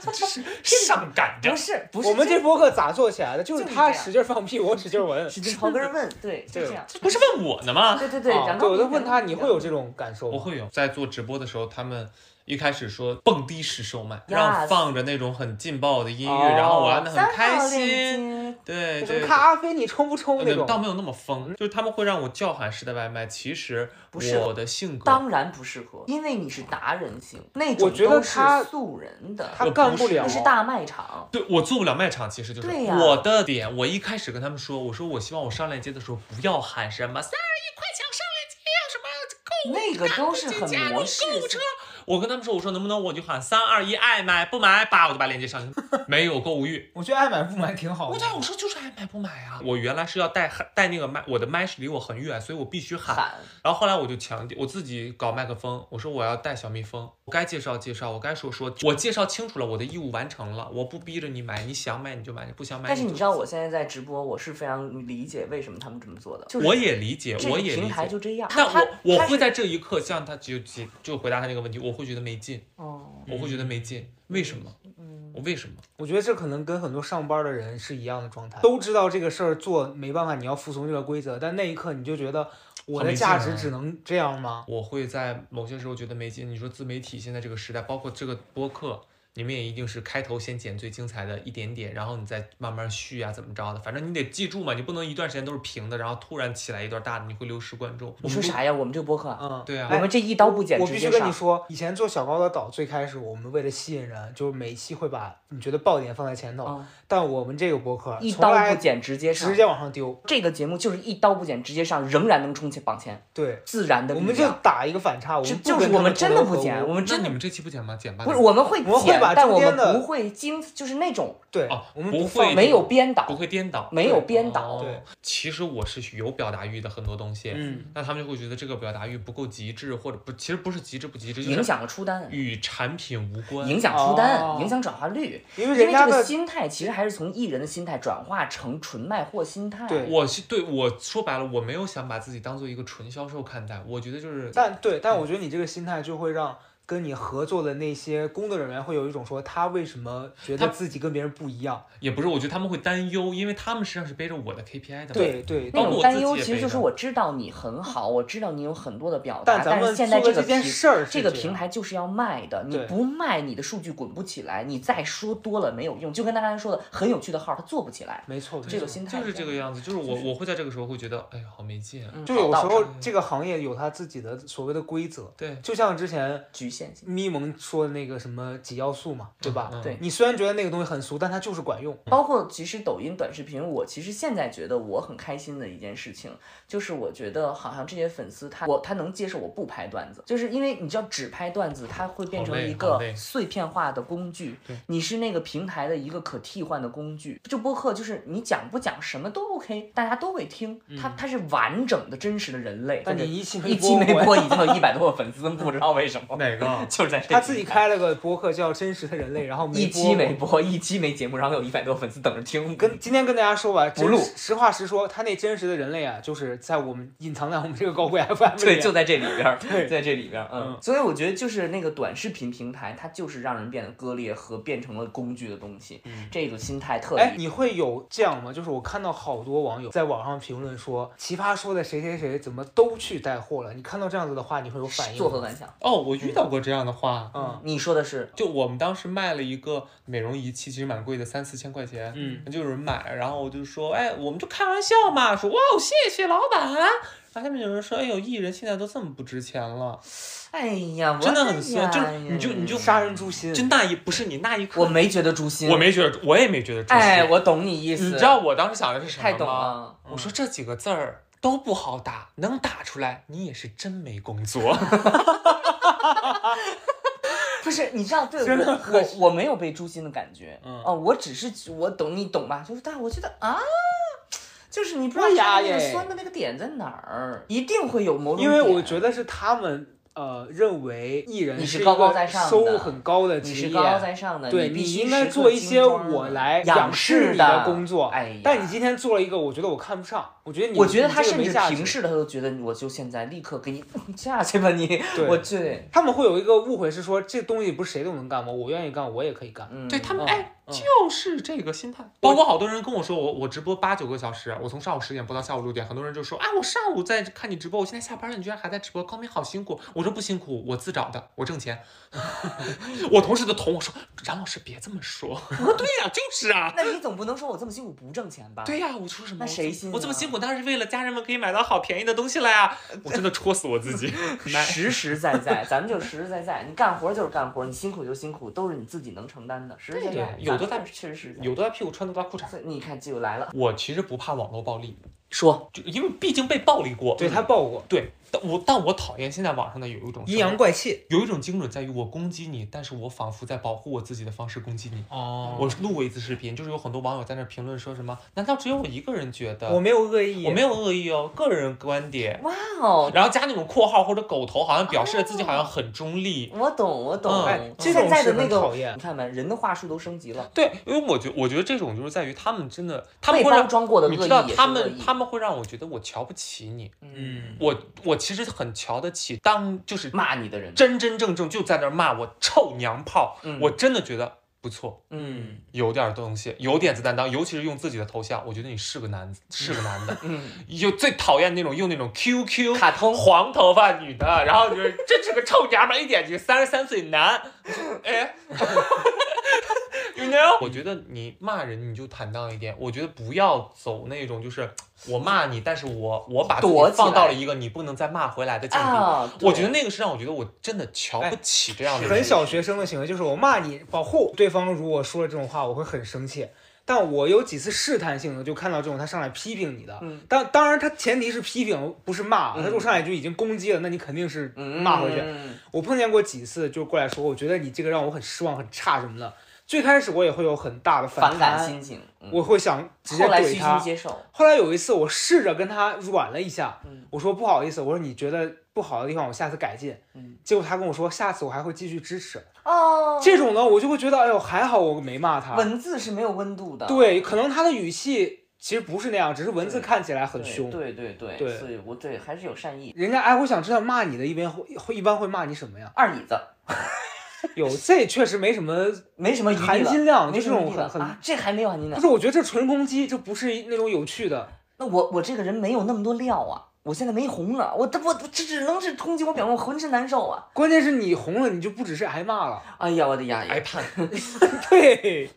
真是上赶着不。是不是，我们这播客咋做起来的？就是就是他这样使劲放屁，我使劲闻。使劲刨根儿问，对，就对这样。不是问我呢吗？对对对，啊然对，后我就问他，然后你会有这种感受吗？我会有在做直播的时候，他们一开始说蹦迪式售卖， Yes 让放着那种很劲爆的音乐，哦然后我按的三很号开链心。接对什对么，咖啡你冲不冲那嗯倒种？没有那么疯，就是他们会让我叫喊式的外卖。其实不是我的性格，当然不适合，因为你是达人型，那种我觉得都是他素人的，他我干不不是了那。是大卖场。对我做不了卖场，其实就是对呀我的点。我一开始跟他们说，我说我希望我上链接的时候不要喊什么三二一快抢上链接啊什么那个购物都是很加入模式购物性车。我跟他们说，我说能不能我就喊三二一爱买不买，叭我就把链接上去， [laughs] 没有购物欲。我觉得爱买不买挺好我的对我说就是爱买不买啊！我原来是要带带那个麦，我的麦是离我很远，所以我必须喊。喊然后后来我就强调我自己搞麦克风，我说我要带小蜜蜂，我该介绍介绍，我该说说，我介绍清楚了，我的义务完成了，我不逼着你买，你想买你就买，你不想买但是你就知道，我现在在直播，我是非常理解为什么他们这么做的，就是我也理解，这我个也理平台解。就这样。但他我我他会是在这一刻向他就就就回答他那个问题，我会觉得没劲，哦，我会觉得没劲，为什么？嗯我为什么？我觉得这可能跟很多上班的人是一样的状态，都知道这个事儿做没办法，你要服从这个规则，但那一刻你就觉得我好的没劲价啊值只能这样吗？我会在某些时候觉得没劲。你说自媒体现在这个时代，包括这个播客，你们也一定是开头先剪最精彩的一点点，然后你再慢慢续啊，怎么着的？反正你得记住嘛，你不能一段时间都是平的，然后突然起来一段大的，你会流失观众。你说啥呀？我们这个播客啊，嗯，对啊我们这一刀不剪，我直必接须跟上你说，以前做小高的岛，最开始我们为了吸引人，就是每一期会把你觉得爆点放在前头，嗯但我们这个博客一从刀来不剪直接上直。接往上丢。这个节目就是一刀不剪直接上，仍然能冲前榜前，对，自然的我力们就量。打一个反差，我这们就是跟他我们真的同流不合污剪，我们那真你的们这期不剪吗？剪吧。不是我们会我们会把但中我间们的不会精，就是那种对哦，我们不放会没有编导不，会颠倒，没有编导哦对其实我是有表达欲的很多东西，嗯，那他们就会觉得这个表达欲不够极致，或者不，其实不是极致不极致，就是嗯影响了出单，与产品无关，影响出单，哦影响转化率。因为因为人家这的个心态其实还是从艺人的心态转化成纯卖货心态。对我是对我说白了，我没有想把自己当做一个纯销售看待，我觉得就是但对，但我觉得你这个心态就会让跟你合作的那些工作人员会有一种说他为什么觉得他自己跟别人不一样？也不是，我觉得他们会担忧，因为他们实际上是背着我的 KPI 的嘛。对对，那包括种我担自己忧也其实背就是着我知道你很好，我知道你有很多的表达，但但咱们是现在做这个这件平事儿是这个这样平台就是要卖的，你对不卖你的数据滚不起来，你再说多了没有用。就跟他刚才说的，很有趣的号它做不起来，没错，没这个错心态就是这个样。样子，就是我我会在这个时候会觉得，哎呀，好没劲啊。嗯就有时好道候上这个行业有它自己的所谓的规则，对，就像之前局限性，咪蒙说的那个什么几要素嘛，对吧？嗯对嗯你虽然觉得那个东西很俗，但它就是管用。包括其实抖音短视频，我其实现在觉得我很开心的一件事情，就是我觉得好像这些粉丝他我他能接受我不拍段子，就是因为你知道只拍段子，它会变好成累一好个累碎片化的工具，你是那个平台的一个可替换的工具。就播客就是你讲不讲什么都 OK，大家都会听，它它是完整的真实的人类。嗯但对你一期没一期播没过播已经有一百多个粉丝，不知道为什么，哪个啊 [laughs] 就是在 [laughs] 这他自己平台开了个博客叫《真实的人类》，然后没一播期过没播，一期没节目，然后有一百多粉丝等着听，跟今天跟大家说吧，真录实话实说，他那真实的人类啊，就是在我们隐藏在我们这个 [laughs] 高贵 FM 里对，面就在这里边儿，对在这里边儿，嗯嗯，所以我觉得就是那个短视频平台，它就是让人变得割裂和变成了工具的东西，这个心态特嗯哎，别。你会有这样吗？就是我看到好多网友在网上评论说，奇葩说的谁谁谁怎么都去带货了？你看到这样子的话，你会有反应作何吗？感想？ [laughs] 哦，我遇到过这样的话，嗯你说的是就我们当时卖了一个美容仪器，其实蛮贵的，三四千块钱，嗯，就有人买，然后我就说，哎，我们就开玩笑嘛，说哇，谢谢老板。然后下面有人说，哎呦，艺人现在都这么不值钱了，哎呀，我真的很酸，酸，就是你就你就杀人诛心，就那一不是你那一嗯刻，我没觉得诛心，我，没觉得，我也没觉得诛心。哎，我懂你意思，你知道我当时想的是什么吗？太懂了，我说这几个字儿都不好打，能打出来你也是真没工作。不是，你知道，对真的我很我我没有被诛心的感觉，嗯，哦，我只是我懂你懂吧，就是但我觉得啊。就是你不知道哎呀他那个耶酸的那个点在哪儿，一定会有某种因为我点觉得是他们呃认为艺人你是一高高个在上的收入很高的你职是业，高高在上的，对你必须应该时刻做一些精装我来仰视视你的工作。哎呀，但你今天做了一个，我觉得我看不上，我觉得你我觉得你他这个甚没至价值平视了，他都觉得我就现在立刻给你 [laughs] 下去吧你，我对，他们会有一个误会，是说这东西不是谁都能干吗？我愿意干，我也可以干。嗯，对他们，嗯哎，就是这个心态。包括好多人跟我说，我我直播八九个小时，我从上午十点播到下午六点，很多人就说，哎，我上午在看你直播，我现在下班了，你居然还在直播，高明好辛苦。我说不辛苦，我自找的，我挣钱。 [laughs] 我同事都捅我说，冉老师别这么说。我说对呀、就是啊。那你总不能说我这么辛苦不挣钱吧？ [laughs] 对，呀、我说什么？那我谁这信我这么啊辛苦，当然是为了家人们可以买到好便宜的东西了呀！ [laughs] 我真的戳死我自己。实实在在，咱们就实实在在，你干活就是干活，你辛苦就辛苦，都是你自己能承担的，实实在对在，有的咱在们确实实在 [laughs] 有的屁股穿的大裤衩。所以你看，就来了，我其实不怕网络暴力，说就因为毕竟被暴力过。对他报过对，但我但我讨厌现在网上的有一种阴阳，怪气有一种精准在于我攻击你，但是我仿佛在保护我自己的方式攻击你。嗯哦我录过一次视频，就是有很多网友在那评论说什么，难道只有我一个人觉得我没有恶意，我没有恶意哦，个人观点，哇哦，然后加那种括号或者狗头，好像表示了自己好像很中立。我懂我懂哎，这现种在是的那很个讨厌你看没，人的话术都升级了。对，因为我觉我觉得这种就是在于他们真的，他们被会包让装过的恶你意知道也是他恶们意他们会让我觉得我瞧不起你，嗯，我我其实很瞧得起，当就是骂你的人，真真正正就在那儿骂我臭娘炮，嗯我真的觉得不错，嗯。有点东西，有点子担当，尤其是用自己的头像，我觉得你是个男子，是个 [laughs] 男的嗯，就最讨厌那种用那种 QQ 卡通黄头发女的，然后你说这是个臭娘们儿，一点就三十三岁男，哎， You know，我觉得你骂人你就坦荡一点，我觉得不要走那种就是我骂你，但是我我把自己躲起来放到了一个你不能再骂回来的境地。啊哎我觉对得那个是让我觉得我真的瞧不起这样的人。很小学生的行为，就是我骂你，保护对方。如果说了这种话，我会很生气。但我有几次试探性的就看到这种他上来批评你的，嗯当当然他前提是批评，不是骂啊。他如果嗯上来就已经攻击了，那你肯定是骂回去。嗯我碰见过几次，就过来说，我觉得你这个让我很失望、很差什么的。最开始我也会有很大的反弹，感心情，嗯我会想直接后来怼虚他。心接受，后来有一次，我试着跟他软了一下，嗯我说不好意思，我说你觉得不好的地方，我下次改进。嗯结果他跟我说，下次我还会继续支持。哦，这种呢，我就会觉得，哎呦，还好我没骂他。文字是没有温度的，对，可能他的语气其实不是那样，只是文字看起来很对凶。对对对，对所以我对还是有善意。人家哎，我想知道骂你的一边会会一般会骂你什么呀？二椅子有这确实没什么，没什么余地了含金量没就什这么种余地了很很啊，这还没有含金量不是，。我觉得这纯攻击，这不是那种有趣的。那我我这个人没有那么多料啊，我现在没红了，我这我这只能是通缉我表面，我浑身难受啊！关键是你红了，你就不只是挨骂了，哎呀，我的呀， [laughs] 挨判，对，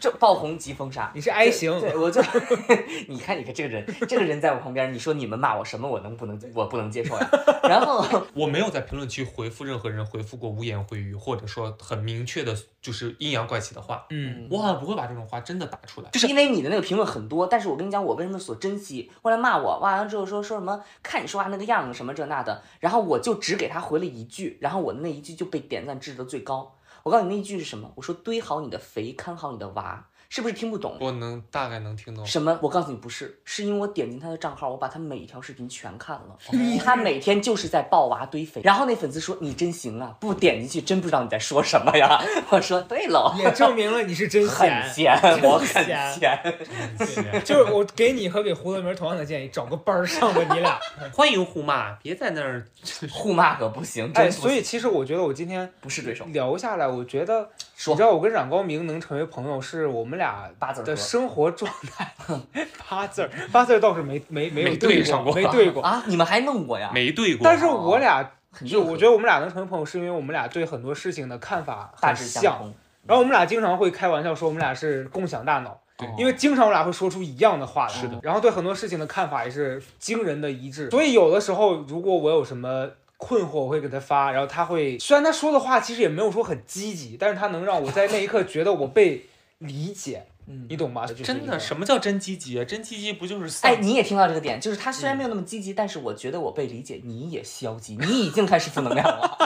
这爆红即封杀你。是挨刑。对，我就 [laughs] 你看，你看这个人，这个人在我旁边，你说你们骂我什么，我能不能我不能接受呀、然后我没有在评论区回复任何人回复过污言秽语，或者说很明确的就是阴阳怪气的话。嗯，我好像不会把这种话真的打出来。就是因为你的那个评论很多，但是我跟你讲，我为什么所珍惜？后来骂我，骂完之后说说什么看你说话那个样子什么这那的，然后我就只给他回了一句，然后我的那一句就被点赞值得最高。我告诉你那一句是什么？我说堆好你的肥，看好你的娃，是不是听不懂？我能大概能听懂。什么？我告诉你不是，是因为我点进他的账号，我把他每一条视频全看了。他每天就是在抱娃堆肥，然后那粉丝说你真行啊，不点进去真不知道你在说什么呀。 [laughs] 我说对喽，也证明了你是 [laughs] 真很闲。闲，我很闲闲。就是我给你和给胡德明同样的建议，找个班儿上吧，你 [laughs] 俩。 [laughs] 欢迎互骂，别在那儿。互骂可不行，真哎，不所行以其实我觉得我今天不是对手。聊下来，我觉得说你知道我跟冉高明能成为朋友，是我们俩八字儿的哥生活状态。八字儿，八字儿倒是没没没有没对对上过，过没对 [laughs] 过。啊，你们还弄过呀？没对过，但是我俩很就硬核我觉得我们俩能成为朋友，是因为我们俩对很多事情的看法大很致像相。同。然后我们俩经常会开玩笑说我们俩是共享大脑，哦对因为经常我俩会说出一样的话来，是的。然后对很多事情的看法也是惊人的一致，所以有的时候如果我有什么。困惑我会给他发，然后他会虽然他说的话其实也没有说很积极，但是他能让我在那一刻觉得我被理解，嗯你懂吧？就是真一个的什么叫真积极啊？真积极不就是丧哎，你也听到这个点，就是他虽然没有那么积极，但是我觉得我被理解，你也 [laughs] 消极，你已经开始负能量了。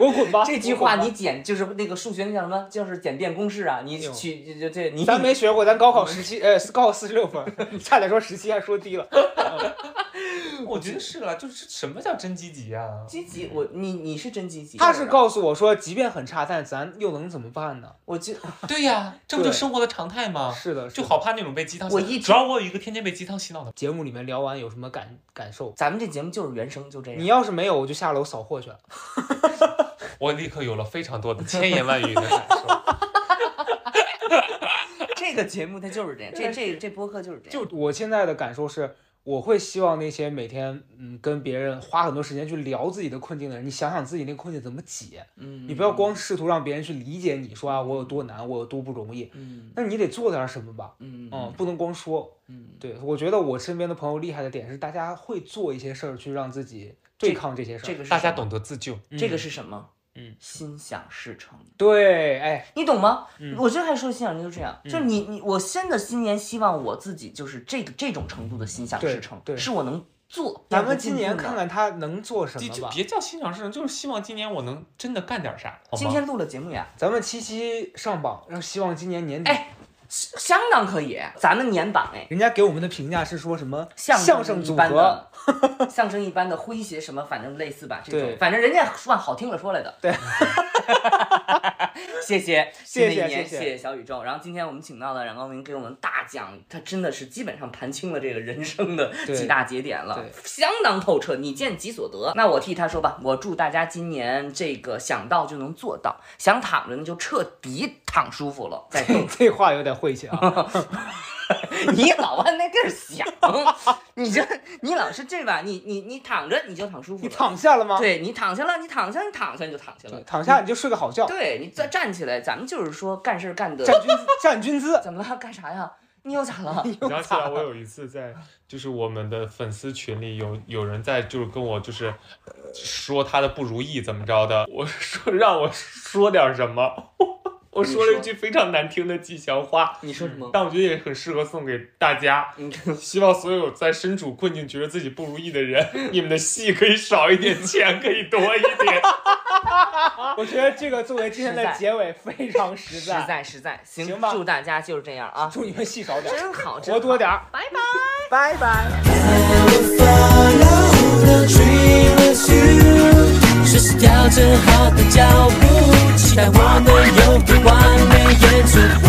我滚吧！这句我滚话吧你简就是那个数学那叫什么，就是简便公式啊，你呦去这这这你咱没学过，咱高考十七，呃，高考四十六分， [laughs] 差点说十七还说低了。我觉得是了，就是什么叫真积极啊？积极，我你你是真积极，啊他是告诉我说，即便很差，但咱又能怎么办呢？我就 [laughs] 对呀、这不就对生活的常态哦吗？是的，是就的好怕那种被鸡汤洗。我一主要我有一个天天被鸡汤洗脑的，节目里面聊完有什么感感受？咱们这节目就是原声就这样。你要是没有，我就下楼扫货去了。我立刻有了非常多的千言万语的感 [laughs] 受。这个节目它就是这样，这这这播客就是这样。就我现在的感受是，我会希望那些每天嗯跟别人花很多时间去聊自己的困境的人，你想想自己那个困境怎么解，嗯，你不要光试图让别人去理解你说啊我有多难，我有多不容易，嗯那你得做点什么吧。嗯嗯，不能光说。嗯，对，我觉得我身边的朋友厉害的点是，大家会做一些事儿去让自己对抗这些事儿。这个是大什家么懂得自救，这个是什么？嗯，心想事成，对，哎，你懂吗？我最开始说心想事成就是这嗯样，就是你你我真的今年希望我自己就是这个这种程度的心想事成，对对是我能做。咱们今年不看能进看步的。他能做什就么就吧。别叫心想事成，就是希望今年我能真的干点啥，好今吗？天录了节目呀，咱们七七上榜，然后希望今年年底。哎相当可以，咱们年榜哎，人家给我们的评价是说什么相声一组般合， [laughs] 的， [laughs] 相声一般的诙谐什么，反正类似吧，这对种，反正人家是往好听了说来的。对， [laughs] 谢谢，谢谢新的一年谢谢谢谢小宇宙。然后今天我们请到了冉高明给我们大讲，他真的是基本上盘清了这个人生的对几大节点了对，相当透彻，你见即所得。那我替他说吧，我祝大家今年这个想到就能做到，想 [laughs] 躺着呢就彻底躺舒服了，再动。 [laughs] 这话有点晦气啊。你老往那地儿想，你这你老是这吧，你你你躺着你就躺舒服你了，躺下了吗？对你躺下了，你躺下你躺下你就躺下对了，躺下你就睡个好觉，对你再站起来，咱们就是说干事儿干得站军站军 [laughs] 姿。怎么了？干啥呀？你又咋 [laughs] 了？你想起来，我有一次在就是我们的粉丝群里有有人在就是跟我就是说他的不如意怎么着的，我 [laughs] 说让我说点什么， [laughs] 我说了一句非常难听的吉祥话，你说什么？但我觉得也很适合送给大家。你希望所有在身处困境、觉得自己不如意的人， [laughs] 你们的戏可以少一点，钱可以多一点。我觉得这个作为今天的实在结尾非常实实在。在实在，行行吧祝大家就是这样啊，祝你们戏少点儿，真好，真活多好点儿。拜拜。随时调整好的脚步，期待我能有个完美演出。